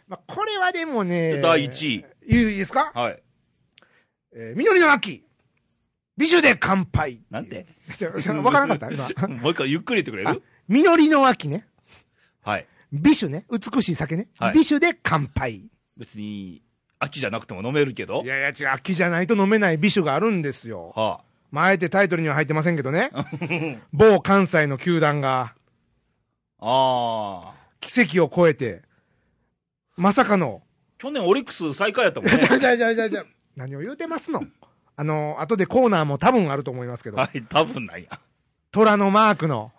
Speaker 2: まあ、これはでもね、
Speaker 1: 第一位
Speaker 2: いいですか
Speaker 1: はい。
Speaker 2: えー、緑の秋。美酒で乾杯っていう
Speaker 1: なんて
Speaker 2: ちょちょわからなかった 今。
Speaker 1: もう一回ゆっくり言ってくれ
Speaker 2: あ
Speaker 1: る、
Speaker 2: 実りの秋ね。
Speaker 1: はい。
Speaker 2: 美酒ね。美しい酒ね。
Speaker 1: はい
Speaker 2: 美酒で乾杯。
Speaker 1: 別に、秋じゃなくても飲めるけど。
Speaker 2: いやいや違う、秋じゃないと飲めない美酒があるんですよ。
Speaker 1: は
Speaker 2: まあ、あえてタイトルには入ってませんけど ね。某関西の球団が
Speaker 1: あ。ああ。
Speaker 2: 奇跡を超えて、まさかの、
Speaker 1: 去年オリックス最下位やったもん
Speaker 2: じ
Speaker 1: ね。
Speaker 2: ゃじゃじゃじゃじゃ何を言うてますのあの、後でコーナーも多分あると思いますけど、
Speaker 1: はい、多分なんや。
Speaker 2: 虎のマークの、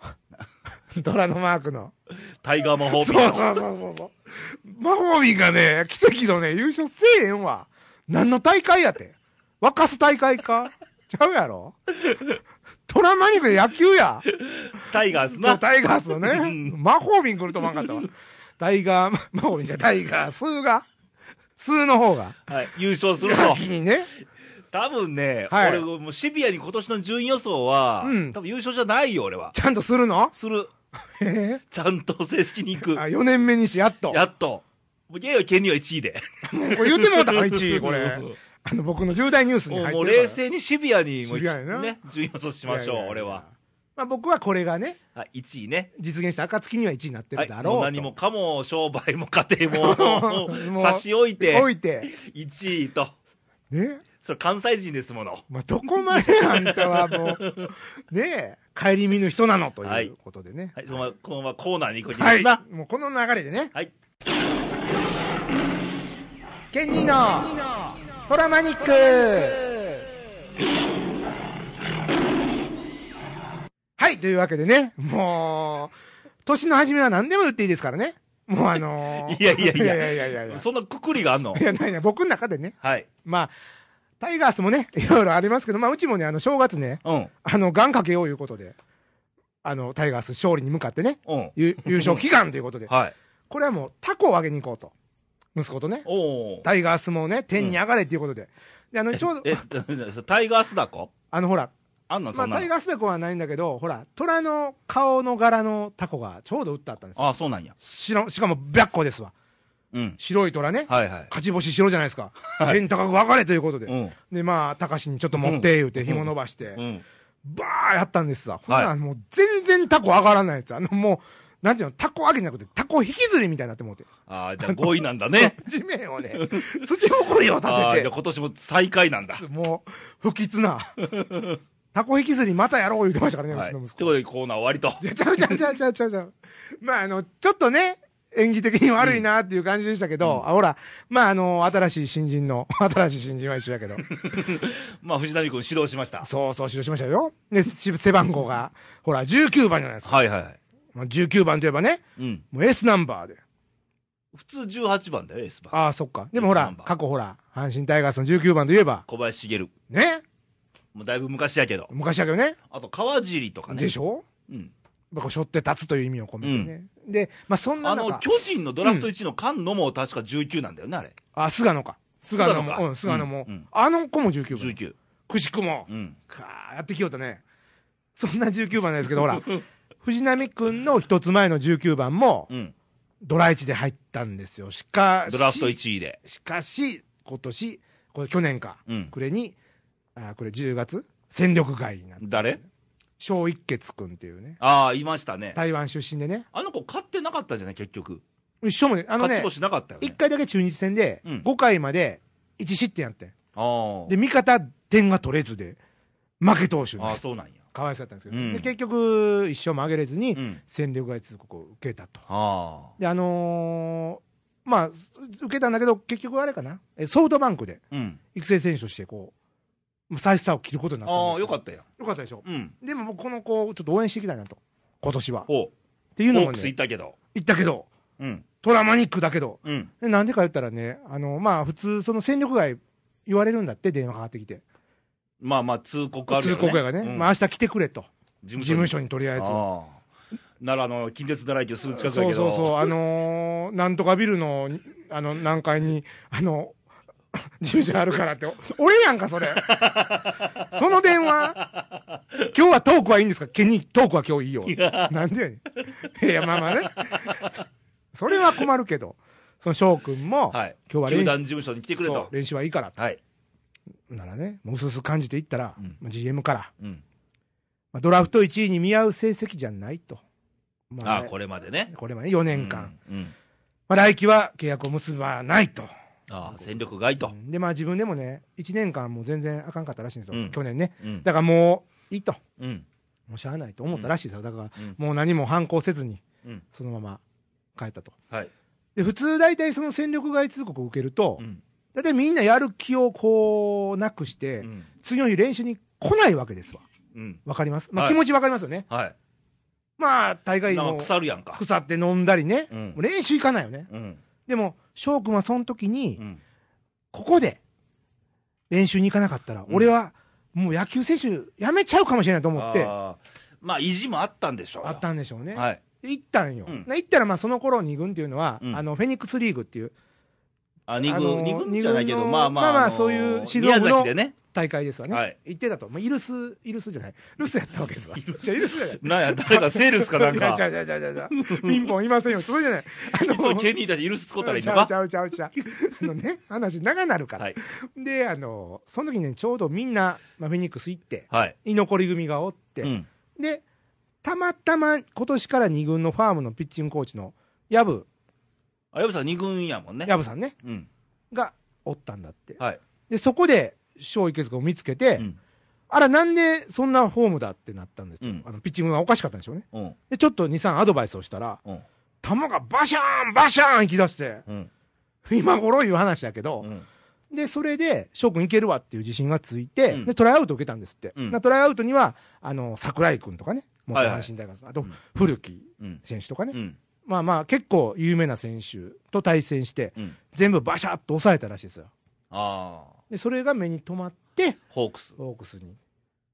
Speaker 2: 虎のマークの。
Speaker 1: タイガー 魔法
Speaker 2: そう
Speaker 1: 瓶
Speaker 2: そうそうそうそう。魔法瓶がね、奇跡のね、優勝せえへんわ。何の大会やて。沸かす大会かちゃうやろ虎マニックで野球や。
Speaker 1: タイガース
Speaker 2: そう、
Speaker 1: な。
Speaker 2: タイガースのね。魔法瓶来ると思わんかったわ。タイガー、ま魔法瓶じゃないタイガー、数が。数の方が。
Speaker 1: はい、優勝すると。
Speaker 2: 秋にね。
Speaker 1: 多分ね、
Speaker 2: はい
Speaker 1: 俺、もうシビアに今年の順位予想は、
Speaker 2: うん
Speaker 1: 多分優勝じゃないよ、俺は。
Speaker 2: ちゃんとするの
Speaker 1: する。
Speaker 2: え
Speaker 1: ちゃんと正式に行
Speaker 2: え
Speaker 1: く
Speaker 2: あ、。4年目にしてやっと。
Speaker 1: やっと。もう、いやいや、ケニーは1位で。
Speaker 2: もうこれ言うてもうたか、1位、これ。あの、僕の重大ニュースに
Speaker 1: も
Speaker 2: 入っ
Speaker 1: う、
Speaker 2: てる
Speaker 1: もう
Speaker 2: から
Speaker 1: 冷静にシビアに、もう、
Speaker 2: シビアやな
Speaker 1: ね、順位予想しましょう、
Speaker 2: いやいやいや
Speaker 1: 俺は。。
Speaker 2: まあ僕はこれがね、
Speaker 1: あ、1位ね。
Speaker 2: 実現した暁には1位になって
Speaker 1: は
Speaker 2: る
Speaker 1: い、
Speaker 2: だろ
Speaker 1: も
Speaker 2: う
Speaker 1: う
Speaker 2: と。
Speaker 1: 何もかも、商売も家庭も、
Speaker 2: もう
Speaker 1: 差し置いて、
Speaker 2: 置いて。
Speaker 1: 1位と。
Speaker 2: ね。
Speaker 1: それ関西人ですもの。
Speaker 2: まあ、どこまであんたはも う、ねえ、帰り見ぬ人なのと
Speaker 1: はいいう
Speaker 2: ことでね。
Speaker 1: はい、そのまま、このままコーナーに行くんで
Speaker 2: は
Speaker 1: す
Speaker 2: い。
Speaker 1: な。
Speaker 2: もうこの流れでね。
Speaker 1: はい。
Speaker 2: ケニーのトラマニックはい、というわけでね、もう、年の初めは何でも言っていいですからね。もうあの ー
Speaker 1: いやいやいや
Speaker 2: いやいやいやいや。
Speaker 1: そんなくくりがあ んの
Speaker 2: いや、ないない、僕の中でね。
Speaker 1: はい。
Speaker 2: まあ、タイガースもね、 いろいろありますけど、まあ、うちもね、あの、正月ね、
Speaker 1: うん。
Speaker 2: あの、願かけよういうことで、あの、タイガース勝利に向かってね、
Speaker 1: うん。
Speaker 2: ゆ 優勝祈願ということで、
Speaker 1: はい。
Speaker 2: これはもう、タコをあげに行こうと。息子とね、
Speaker 1: おー。
Speaker 2: タイガースもね、天に上がれということで。で、あの、ちょうど、
Speaker 1: え、 タイガースだこ
Speaker 2: あの、ほら、
Speaker 1: あんの
Speaker 2: ま
Speaker 1: そ
Speaker 2: あ、
Speaker 1: んな
Speaker 2: タイ
Speaker 1: の。
Speaker 2: ガースでこはないんだけど、ほら、虎の顔の柄のタコがちょうど打ってあったんですよ。
Speaker 1: あ、そうなんや。
Speaker 2: しのしかも、白虎ですわ。
Speaker 1: うん。
Speaker 2: 白い虎ね。
Speaker 1: はいはい。
Speaker 2: 勝ち星白じゃないですか。天高く分かれということで。
Speaker 1: うん
Speaker 2: で、まあ、高志にちょっと持って、言うて、紐伸ばして、
Speaker 1: うん。
Speaker 2: バーやったんですわ。ほ
Speaker 1: はい
Speaker 2: ら、もう全然タコ上がらないやつ。あの、もう、なんていうの、タコ上げじゃなくて、タコ引きずりみたいになってもうて。
Speaker 1: ああ、じゃあ5位なんだ ね。
Speaker 2: 地面をね、土ぼこりを立
Speaker 1: ああー、
Speaker 2: て
Speaker 1: じゃあ今年も最下位なんだ。
Speaker 2: て、もう、不吉な。タコ引きずりまたやろう言ってましたからね、う
Speaker 1: はい。
Speaker 2: ち
Speaker 1: という
Speaker 2: の息
Speaker 1: こ
Speaker 2: 子。
Speaker 1: とでコーナー終わり と。
Speaker 2: いやちゃうちゃうちゃうちゃうちゃうちゃう。まあ、あの、ちょっとね、演技的に悪いなっていう感じでしたけど、あほら、まあ、あの、新しい新人の、新しい新人は一緒やけど。
Speaker 1: まあ、藤谷君指導しました。
Speaker 2: そうそう、指導しましたよ。で、し背番号が、ほら、19番じゃないですか。
Speaker 1: はいはいはい。
Speaker 2: まあ19番といえばね、
Speaker 1: うん。
Speaker 2: もう S ナンバーで。
Speaker 1: 普通18番だよ、エース番。
Speaker 2: ああ、そっか。で
Speaker 1: S
Speaker 2: もほ
Speaker 1: ナ
Speaker 2: ら
Speaker 1: ン、バー
Speaker 2: 過去ほら、阪神タイガースの19番といえば、
Speaker 1: 小林茂。
Speaker 2: ね
Speaker 1: もうだいぶ昔やけど。
Speaker 2: 昔だけどね。
Speaker 1: あと、川尻とかね。
Speaker 2: でしょ
Speaker 1: うん。
Speaker 2: まあ、こう背負って立つという意味を込めてね。で、まあ、そんな
Speaker 1: あ
Speaker 2: 中、
Speaker 1: の、巨人のドラフト1の菅野も確か19なんだよね、あれ。
Speaker 2: あ、菅野か。菅野
Speaker 1: 菅野
Speaker 2: も、
Speaker 1: か
Speaker 2: うん、菅野も、
Speaker 1: うんうん
Speaker 2: あの子も19番。
Speaker 1: 19。
Speaker 2: くしくも、
Speaker 1: うん。
Speaker 2: かーやってきよったね。そんな19番なんですけど、ほら、藤波くんの一つ前の19番も、
Speaker 1: うん。
Speaker 2: ドラ1で入ったんですよ。しかし、
Speaker 1: ドラフト1位で。
Speaker 2: しかし、今年、これ去年か、
Speaker 1: うん
Speaker 2: 暮れに、あこれ10月、戦力外になって、
Speaker 1: 誰
Speaker 2: 小一傑君っていうね、
Speaker 1: ああ、いましたね。
Speaker 2: 台湾出身でね、
Speaker 1: あの子勝ってなかったじゃない、結局。
Speaker 2: 一緒もね、あの
Speaker 1: 勝ち
Speaker 2: ね、
Speaker 1: 星なかったよ
Speaker 2: 1
Speaker 1: ね。
Speaker 2: 回だけ中日戦で、
Speaker 1: うん
Speaker 2: 5回まで1失点やってん、
Speaker 1: ああ。
Speaker 2: で、味方点が取れずで、負け投手に
Speaker 1: ああ、そうなんや。
Speaker 2: かわいそうだったんですけど、
Speaker 1: うん
Speaker 2: で結局、一勝も上げれずに、
Speaker 1: うん。
Speaker 2: 戦力外通告を受けたと。
Speaker 1: あ
Speaker 2: で、あのーまあ、す受けたんだけど、結局あれかな、えソフトバンクで
Speaker 1: あ。うん。
Speaker 2: 育成選手として、こう、まあ、最差を切ることになったん
Speaker 1: あ
Speaker 2: です。
Speaker 1: あ、よかったたよ。
Speaker 2: よかったでしょ。
Speaker 1: うん。
Speaker 2: でも、僕この子をちょっと応援していきたいなと、今年は。っ
Speaker 1: おう。
Speaker 2: ていう
Speaker 1: ホ
Speaker 2: の
Speaker 1: ー
Speaker 2: も
Speaker 1: クス
Speaker 2: ね
Speaker 1: 行、ったけど。
Speaker 2: 言ったけど、
Speaker 1: うん。
Speaker 2: トラマニックだけど、
Speaker 1: うん。
Speaker 2: でなんでか言ったらね、あのまあ、普通、その戦力外言われるんだって、電話かかってきて、
Speaker 1: まあまあ、通告あるよ
Speaker 2: 通
Speaker 1: ね。
Speaker 2: 告やからね、
Speaker 1: うん
Speaker 2: まあ明日来てくれと、
Speaker 1: 事
Speaker 2: 事務所
Speaker 1: に。
Speaker 2: にとりあえず。
Speaker 1: ああ。奈良の近鉄だらけすぐ
Speaker 2: そ
Speaker 1: 近
Speaker 2: う
Speaker 1: くだ
Speaker 2: そ
Speaker 1: け
Speaker 2: う
Speaker 1: ど。
Speaker 2: そう、あのーなんとかビルの、あの、何階に、あの、事務所あるからって、お俺やんか、それ。その電話。今日はトークはいいんですかケニー、トークは今日いいよ。なんでやねん。いや、まあまあね。それは困るけど、その翔くんも、
Speaker 1: はい。
Speaker 2: 今日は
Speaker 1: 球
Speaker 2: 練習
Speaker 1: 団事務所に来てくれ
Speaker 2: そう
Speaker 1: と。
Speaker 2: 練習はいいから。
Speaker 1: はい。
Speaker 2: ならね、もう薄々感じていったら、
Speaker 1: うん
Speaker 2: まあ GM から、
Speaker 1: うん。
Speaker 2: まあ、ドラフト1位に見合う成績じゃないと。ま
Speaker 1: ああ、これまでね。
Speaker 2: これまで4年間。
Speaker 1: うん。うん
Speaker 2: まあ、来期は契約を結ばないと。
Speaker 1: ああ、戦力外と
Speaker 2: う。んで、まあ自分でもね、1年間もう全然あかんかったらしいんですよ、
Speaker 1: うん
Speaker 2: 去年ね。
Speaker 1: うん。
Speaker 2: だからもう、いいと。
Speaker 1: うん。
Speaker 2: もうしゃあないと思ったらしいですよ。だから、
Speaker 1: うん
Speaker 2: もう何も反抗せずに、
Speaker 1: うん。
Speaker 2: そのまま帰ったと。
Speaker 1: はい。
Speaker 2: で、普通大体その戦力外通告を受けると
Speaker 1: う、ん。
Speaker 2: 大体みんなやる気をこう、なくして、
Speaker 1: うん。
Speaker 2: 次の日練習に来ないわけですわ。
Speaker 1: うん。
Speaker 2: わかりますまあ
Speaker 1: はい
Speaker 2: 気持ちわかりますよね。
Speaker 1: は
Speaker 2: まあ、大
Speaker 1: い。
Speaker 2: 概
Speaker 1: なん
Speaker 2: も
Speaker 1: か
Speaker 2: う
Speaker 1: 腐るやんか。
Speaker 2: 腐って飲んだりね。
Speaker 1: うん
Speaker 2: もう練習行かないよね。
Speaker 1: うん。
Speaker 2: でも、翔くんはその時に、
Speaker 1: うん。
Speaker 2: ここで練習に行かなかったら、
Speaker 1: うん
Speaker 2: 俺はもう野球選手やめちゃうかもしれないと思って、
Speaker 1: ああまあ、意地もあったんでしょうよ
Speaker 2: あったんでしょうね。
Speaker 1: はい。
Speaker 2: で行ったんよ。
Speaker 1: うん
Speaker 2: で行ったら、まあその頃二軍っていうのは、
Speaker 1: うん
Speaker 2: あの、フェニックスリーグっていう
Speaker 1: あ、二
Speaker 2: あの
Speaker 1: 軍、二軍じゃないけ
Speaker 2: 二
Speaker 1: ど、
Speaker 2: 軍の
Speaker 1: まあまあ、
Speaker 2: まあまあ
Speaker 1: の
Speaker 2: そういう静岡
Speaker 1: 宮
Speaker 2: の
Speaker 1: 崎でね。
Speaker 2: 大会ですわね。
Speaker 1: はい
Speaker 2: 行ってたと。まあ、イルス、イルスじゃない。ルスやったわ けですわ。じゃあイルスじゃない。
Speaker 1: なんや、誰かセールスかなん
Speaker 2: いや、
Speaker 1: か
Speaker 2: ち。ゃうちゃうちゃうちゃうちゃう。ピンポンいませんよ。それじゃない。あ
Speaker 1: いつもケニーたち許すこたらいい
Speaker 2: ち
Speaker 1: の
Speaker 2: ゃう
Speaker 1: か
Speaker 2: ち。ゃうちゃうちゃう。あのね、話長なるから。
Speaker 1: はい。
Speaker 2: で、あの、その時にね、ちょうどみんな、まあ、フェニックス行って、
Speaker 1: はい。
Speaker 2: 居残り組がおって、
Speaker 1: うん。
Speaker 2: で、たまたま今年から2軍のファームのピッチングコーチのヤブ、
Speaker 1: あ、やぶさん二軍やもんね。
Speaker 2: ヤブさんね、
Speaker 1: うん。
Speaker 2: がおったんだって。
Speaker 1: はい。
Speaker 2: で、そこで、小池塚を見つけて、
Speaker 1: うん。
Speaker 2: あら、なんでそんなフォームだってなったんですよ。
Speaker 1: うん
Speaker 2: あのピッチングがおかしかったんでしょうね。
Speaker 1: うん。
Speaker 2: で、ちょっと2、3アドバイスをしたら、
Speaker 1: うん。
Speaker 2: 球がバシャーンバシャーン行き出して、
Speaker 1: うん。
Speaker 2: 今頃いう話だけど、
Speaker 1: うん。
Speaker 2: で、それで、翔くんいけるわっていう自信がついて、
Speaker 1: うん
Speaker 2: で、トライアウト受けたんですって。
Speaker 1: うん
Speaker 2: なトライアウトには、あの、桜井くんとかね、元阪神大学、あと
Speaker 1: うん、
Speaker 2: 古木
Speaker 1: うん。
Speaker 2: 選手とかね、
Speaker 1: うん。
Speaker 2: まあまあ、結構有名な選手と対戦して、
Speaker 1: うん。
Speaker 2: 全部バシャッと抑えたらしいですよ。
Speaker 1: ああ。
Speaker 2: で、それが目に留まって、
Speaker 1: ホークス。
Speaker 2: ホークスに。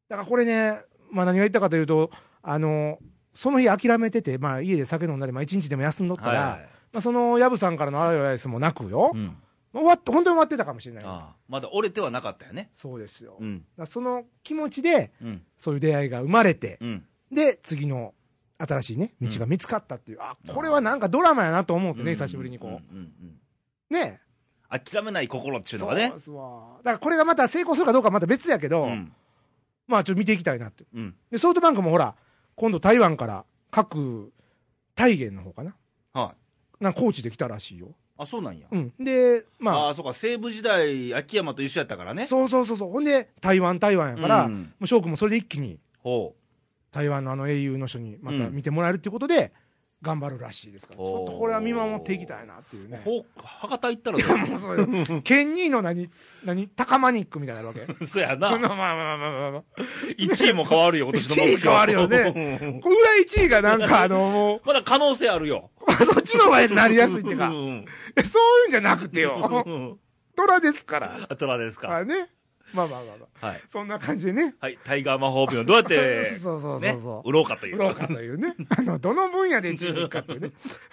Speaker 2: だからこれね、まあ何が言ったかというと、あの、その日諦めてて、まあ家で酒飲んだり、まあ一日でも休んどったら、
Speaker 1: はい。
Speaker 2: まあその薮さんからのアドバイスもなくよ、
Speaker 1: うん。
Speaker 2: 終わって、本当に終わってたかもしれない。
Speaker 1: ああ。まだ折れてはなかったよね。
Speaker 2: そうですよ。
Speaker 1: う
Speaker 2: だか
Speaker 1: ん。
Speaker 2: らその気持ちで、
Speaker 1: うん。
Speaker 2: そういう出会いが生まれて、
Speaker 1: うん。
Speaker 2: で、次の新しいね、道が見つかったっていう、あ、これはなんかドラマやなと思ってね、久しぶりにこう。
Speaker 1: うんうんうん。
Speaker 2: ね
Speaker 1: 諦めない心っていうの
Speaker 2: そ
Speaker 1: が
Speaker 2: う
Speaker 1: ね
Speaker 2: で。すわ。だからこれがまた成功するかどうかはまた別やけど、
Speaker 1: うん。
Speaker 2: まあちょっと見ていきたいなって。
Speaker 1: うん。
Speaker 2: で、ソフトバンクもほら、今度台湾から各大元の方かな。
Speaker 1: はい。
Speaker 2: なんかコーチできたらしいよ。
Speaker 1: あ、そうなんや。
Speaker 2: うん。で、
Speaker 1: あ
Speaker 2: ま
Speaker 1: あ、そうか。西武時代、秋山と一緒やったから
Speaker 2: あ、
Speaker 1: ね。
Speaker 2: そうそうそうそう。ほんで、台湾、台湾やから、
Speaker 1: うん
Speaker 2: もう翔くんもそれで一気に
Speaker 1: ほ
Speaker 2: 台湾のあの英雄の人にまた
Speaker 1: うん
Speaker 2: 見てもらえるっていうことで、頑張るらしいですから、ち
Speaker 1: おー
Speaker 2: ょっとこれは見守っていきたいなっていう
Speaker 1: う。
Speaker 2: ね。
Speaker 1: ほう、博多行ったらど
Speaker 2: もうそうよ ケンニーの何、何、タカマニックみたいになるわけ。
Speaker 1: うそうや
Speaker 2: まあま
Speaker 1: な。
Speaker 2: あまあまあまあまあ。
Speaker 1: 1位も変わるよ、今年の目標。
Speaker 2: 1位変わるよね
Speaker 1: うん
Speaker 2: これぐらい1位がなんかあのも
Speaker 1: まだ可能性あるよ。
Speaker 2: う、 そっちの方がなりやすいっていうか
Speaker 1: う、ん
Speaker 2: えそういうんじゃなくて
Speaker 1: う
Speaker 2: よ。
Speaker 1: ん。
Speaker 2: 虎ですから。
Speaker 1: あとらですか。
Speaker 2: あね。まあまあまあまあ。
Speaker 1: はい。
Speaker 2: そんな感じでね。
Speaker 1: はい。タイガー魔法瓶をどうやって、
Speaker 2: そうそうそ
Speaker 1: ね
Speaker 2: うそ、う。
Speaker 1: 売ろうかとい
Speaker 2: 売ろう
Speaker 1: う。
Speaker 2: かという ね。あの、どの分野で1位に行くかっていうね。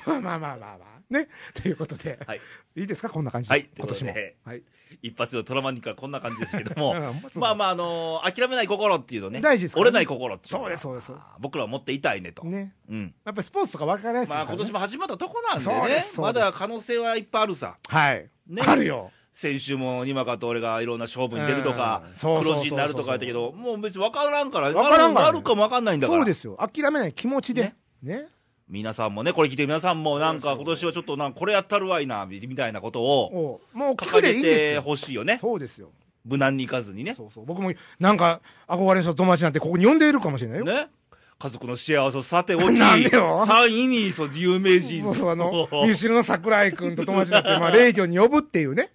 Speaker 2: まあまあまあまあまあ。ね。ということで。
Speaker 1: はい。
Speaker 2: いいですかこんな感じで。
Speaker 1: はい
Speaker 2: 今年も
Speaker 1: という。
Speaker 2: はい。
Speaker 1: 一発のトラマニックはこんな感じですけど も
Speaker 2: うんそうで、す
Speaker 1: まあまあ、あのー諦めない心っていうのね、
Speaker 2: 大事ですからね
Speaker 1: 折れない心っていうの
Speaker 2: そう
Speaker 1: は
Speaker 2: です、そうです。
Speaker 1: 僕らは持っていたいねと。
Speaker 2: ね。
Speaker 1: うん。
Speaker 2: やっぱりスポーツとか分からないですか
Speaker 1: ま
Speaker 2: ら
Speaker 1: あ、
Speaker 2: ね
Speaker 1: 今年も始まったとこなんで
Speaker 2: そ
Speaker 1: ね
Speaker 2: うですそうで、す
Speaker 1: まだ可能性はいっぱいあるさ。
Speaker 2: はい。
Speaker 1: ね
Speaker 2: あるよ。
Speaker 1: 先週もにわかと俺がいろんな勝負に出るとか
Speaker 2: うん、そうそうそうそう
Speaker 1: 黒字になるとか言ったけど、もう別に分からんから、
Speaker 2: 分からんからね
Speaker 1: あるかも分かんないんだか
Speaker 2: そう
Speaker 1: ら
Speaker 2: で。すよ。諦めない気持ちで。ね。
Speaker 1: 皆さんもね、これ聞いてる皆さんも、なんか今年はちょっとなんかこれやったるわいな、みたいなことを
Speaker 2: おうもう聞
Speaker 1: 掲
Speaker 2: くでい
Speaker 1: げ
Speaker 2: いんです
Speaker 1: て
Speaker 2: よ。
Speaker 1: ほしいよね。
Speaker 2: そうですよ。
Speaker 1: 無難にいかずにね。
Speaker 2: そうそう。僕も、なんか、憧れの人友達なんてここに呼んでいるかもしれないよ。
Speaker 1: ね。家族の幸せをさておき、
Speaker 2: なんでよ
Speaker 1: 3位にそう有名人、
Speaker 2: そうそう、あのミュシルの桜井君と友達になって、まあ、 霊魚に呼ぶっていうね。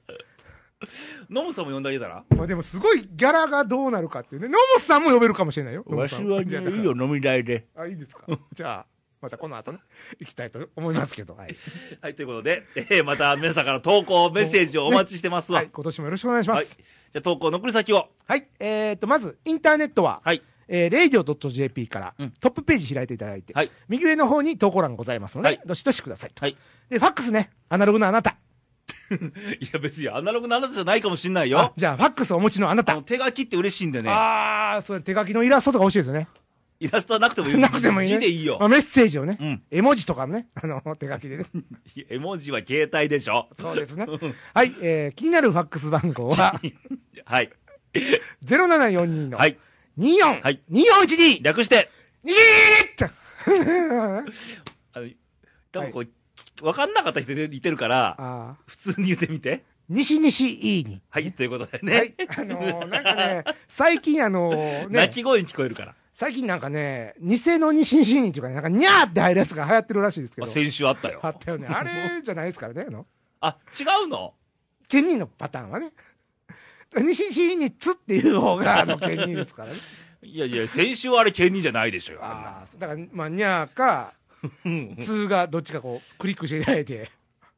Speaker 1: ノムさんも呼んであげたら
Speaker 2: まあ、でもすごいギャラがどうなるかっていうね。ノモスさんも呼べるかもしれないよ。ノモスさんもじゃあだから
Speaker 1: 飲み代で。
Speaker 2: あ、いいですか。 じゃあ、またこの後ね、行きたいと思いますけど。はい。
Speaker 1: はい、ということで、 えーまた皆さんから投稿、メッセージをお待ちしてますわ。
Speaker 2: はい、今年もよろしくお願いしま
Speaker 1: はい。
Speaker 2: す
Speaker 1: じ。ゃあ投稿の送り先を。
Speaker 2: はい。えっ、と、まず、インターネットは、
Speaker 1: はい。
Speaker 2: えー、radio.jp から、
Speaker 1: うん
Speaker 2: トップページ開いていただいて、
Speaker 1: はい
Speaker 2: 右上の方に投稿欄ございますので、
Speaker 1: はい
Speaker 2: どしどしくださいと。
Speaker 1: はい。
Speaker 2: で、ファックスね、アナログのあなた。
Speaker 1: いや、別にアナログなあなたじゃないかもしんない
Speaker 2: あ
Speaker 1: よ。
Speaker 2: じゃあ、ファックスをお持ちのあな
Speaker 1: あ
Speaker 2: た。
Speaker 1: の手書きって嬉しいんでね。
Speaker 2: ああ、それ手書きのイラストとか欲しいですよね。
Speaker 1: イラストはなくてもいい。
Speaker 2: なくてもいい、ね。
Speaker 1: 字でいいよ
Speaker 2: まあ、。メッセージをね、
Speaker 1: うん
Speaker 2: 絵文字とかね、あの、手書きでね。
Speaker 1: いや絵文字は携帯でしょ。
Speaker 2: そうですね。はい、えー、気になるファックス番号は、
Speaker 1: はい。
Speaker 2: 0742の
Speaker 1: はい。
Speaker 2: 24、
Speaker 1: はい
Speaker 2: 2412、
Speaker 1: 略して、
Speaker 2: にーって
Speaker 1: あの、多分こう、わかんなかった人で似てるから、
Speaker 2: ああ、
Speaker 1: 普通に言ってみて。
Speaker 2: 西西いいに。
Speaker 1: はい、ということで
Speaker 2: はい
Speaker 1: ね。。
Speaker 2: あのー、なんかね、最近あのー、
Speaker 1: 鳴
Speaker 2: ね、
Speaker 1: き声に聞こえるから。
Speaker 2: 最近なんかね、偽の西西にっていうかね、なんかにゃーって入るやつが流行ってるらしいですけ
Speaker 1: まあ
Speaker 2: ど。
Speaker 1: 先週あったよ
Speaker 2: あ。ったよね。あれじゃないですからね。あの
Speaker 1: あ、違うの
Speaker 2: ケニーのパターンはね。西西につっていう方が、あの、ケニーですからね。
Speaker 1: いやいや、先週はあれ、ケニーじゃないでしょうよ。あんな
Speaker 2: ああ、だから、まあ、にゃーか、
Speaker 1: うん
Speaker 2: 通がどっちかこう、クリックしていただ いて、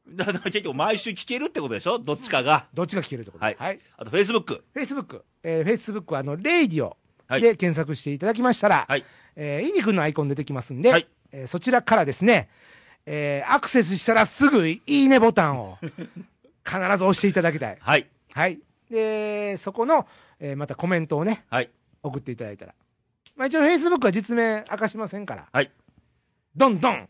Speaker 1: だから結局、毎週聞けるってことでしょどっちかが。
Speaker 2: どっちが聞けるってこと
Speaker 1: はい
Speaker 2: で。はい。
Speaker 1: あと、フェイスブック。
Speaker 2: Facebook、えー、Facebook はあの、レイディオ
Speaker 1: はい
Speaker 2: で検索していただきましたら、
Speaker 1: はい。
Speaker 2: えー、イニ君のアイコン出てきますんで、
Speaker 1: はい
Speaker 2: えーそちらからですね、えーアクセスしたらすぐいいねボタンを必ず押していただきたい。
Speaker 1: はい。
Speaker 2: はい。で、そこの、えーまたコメントをね、
Speaker 1: はい。
Speaker 2: 送っていただいたら。まあ一応 Facebook は実名明かしませんから、
Speaker 1: はい。
Speaker 2: どんどん、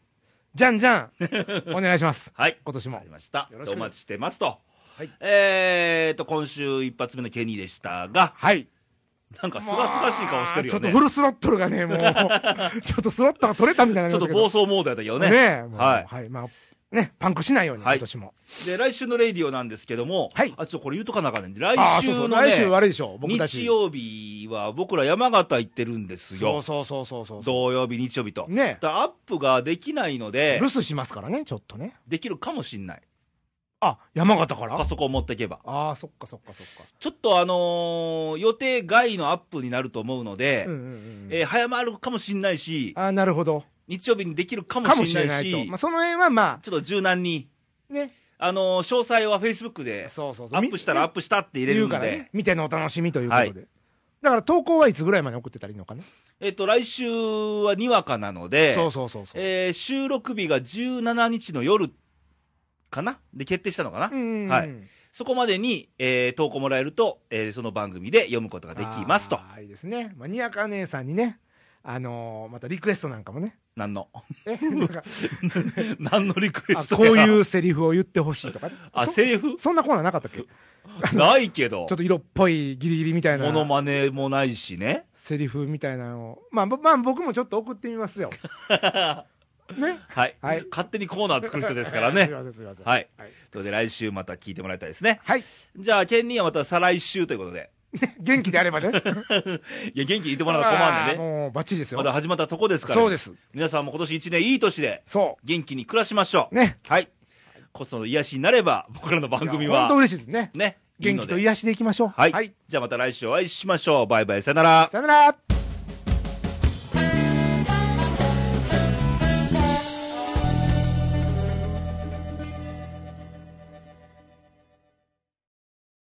Speaker 2: じゃんじゃん、 お願いします。
Speaker 1: はい。
Speaker 2: 今年
Speaker 1: あ
Speaker 2: も
Speaker 1: り。ました。
Speaker 2: よろしく
Speaker 1: お待ちしてますと。
Speaker 2: はい
Speaker 1: えーと、今週一発目のケニーでしたが、
Speaker 2: はい。
Speaker 1: なんかすがすがしい顔してるよ
Speaker 2: まあちょ
Speaker 1: ね。
Speaker 2: っとフルスロットルが ね、もう、ちょっとスロットが取れたみたいにな
Speaker 1: ちょっと
Speaker 2: りましたけ
Speaker 1: 暴
Speaker 2: ど。
Speaker 1: 走モードやったけどね。
Speaker 2: ねえもう
Speaker 1: は
Speaker 2: はい。まあ、ね、パンクしないように、
Speaker 1: はい
Speaker 2: 今年も。
Speaker 1: い。で、来週のレイディオなんですけども、
Speaker 2: はい
Speaker 1: あ、ちょっとこれ言うとかなあかんねん。来
Speaker 2: ああ、
Speaker 1: 週
Speaker 2: そうそ
Speaker 1: の
Speaker 2: う、
Speaker 1: ね、
Speaker 2: 来週あれでしょ、僕たち。
Speaker 1: 日曜日は僕ら山形行ってるんです
Speaker 2: そ
Speaker 1: よ
Speaker 2: う。そうそうそうそう。
Speaker 1: 土曜日、日曜日と。
Speaker 2: ね
Speaker 1: だからアップができないので
Speaker 2: 留、守しますからね、ちょっとね。
Speaker 1: できるかもしんない。
Speaker 2: あ、山形から
Speaker 1: パソコン持っていけば。
Speaker 2: ああ、そっかそっかそっか。
Speaker 1: ちょっとあのー予定外のアップになると思うので、
Speaker 2: うんうんうん。
Speaker 1: えー早まるかもしんないし、
Speaker 2: ああ、なるほど。
Speaker 1: 日曜日にできるかも
Speaker 2: かも
Speaker 1: し
Speaker 2: し
Speaker 1: れ
Speaker 2: れ
Speaker 1: な
Speaker 2: ないい
Speaker 1: し、
Speaker 2: と。まあ、その辺はま
Speaker 1: ちょっと柔軟に、
Speaker 2: あ、ね。
Speaker 1: あのー詳細は Facebook で、
Speaker 2: そうそうそう。
Speaker 1: アップしたらアッ
Speaker 2: プ
Speaker 1: プしたって入れ
Speaker 2: 言
Speaker 1: る
Speaker 2: うんか
Speaker 1: で、
Speaker 2: らね。見てのお楽しみということ
Speaker 1: は
Speaker 2: で。だから投稿はいつぐらいまで送ってたらいいのかね。
Speaker 1: えっ、と、来週はにわかなので、
Speaker 2: そうそうそうそう。
Speaker 1: えー収録日が17日の夜かなで決定したのかな、
Speaker 2: うん。
Speaker 1: はい。そこまでに、えー投稿もらえると、えーその番組で読むことができますと。
Speaker 2: あーいいですね。まあ、にやか姉さんにね、あのーまたリクエストなんか もね。
Speaker 1: 何の
Speaker 2: え、なんか、
Speaker 1: 何のリクエ
Speaker 2: あ
Speaker 1: スト
Speaker 2: こういううセリフを言ってほしいとかね。
Speaker 1: あ
Speaker 2: そ
Speaker 1: セリフ
Speaker 2: そんなコーナーなかったっけち
Speaker 1: ないけど
Speaker 2: ょっ、と色っぽいギリギリみたいな
Speaker 1: モ。ノマネもないしね。
Speaker 2: セリフみたいなのを。まあ、ぼまあ、僕もちょっと送ってみま すよ。ね。
Speaker 1: はい、
Speaker 2: はい
Speaker 1: 勝手にコーナー作る人ですから
Speaker 2: すい
Speaker 1: ね。
Speaker 2: ません、すいません。
Speaker 1: はい。
Speaker 2: は
Speaker 1: という
Speaker 2: い。
Speaker 1: ことで来週また聞いてもらいたいですね。
Speaker 2: はい。
Speaker 1: じゃあ、ケンニーはまた再来週ということで。
Speaker 2: 元気であればね。 困
Speaker 1: いや、元気にいてもらうの困るんでね。
Speaker 2: もう、バッチリですよ。
Speaker 1: まだ始まったとこですから、
Speaker 2: そうです。
Speaker 1: 皆さんも今年一年いい年で、
Speaker 2: そ
Speaker 1: 元気に暮らしましょ
Speaker 2: う。
Speaker 1: う。
Speaker 2: ね。
Speaker 1: はい。こその癒しになれば、僕らの番組
Speaker 2: 本当
Speaker 1: は、
Speaker 2: 嬉しいですね。
Speaker 1: ね。いい
Speaker 2: 元
Speaker 1: の
Speaker 2: 気
Speaker 1: で
Speaker 2: と癒しでいきましょう。
Speaker 1: はい。じゃあまた来週お会いしましょう。バイバイ、さよなら。
Speaker 2: さよなら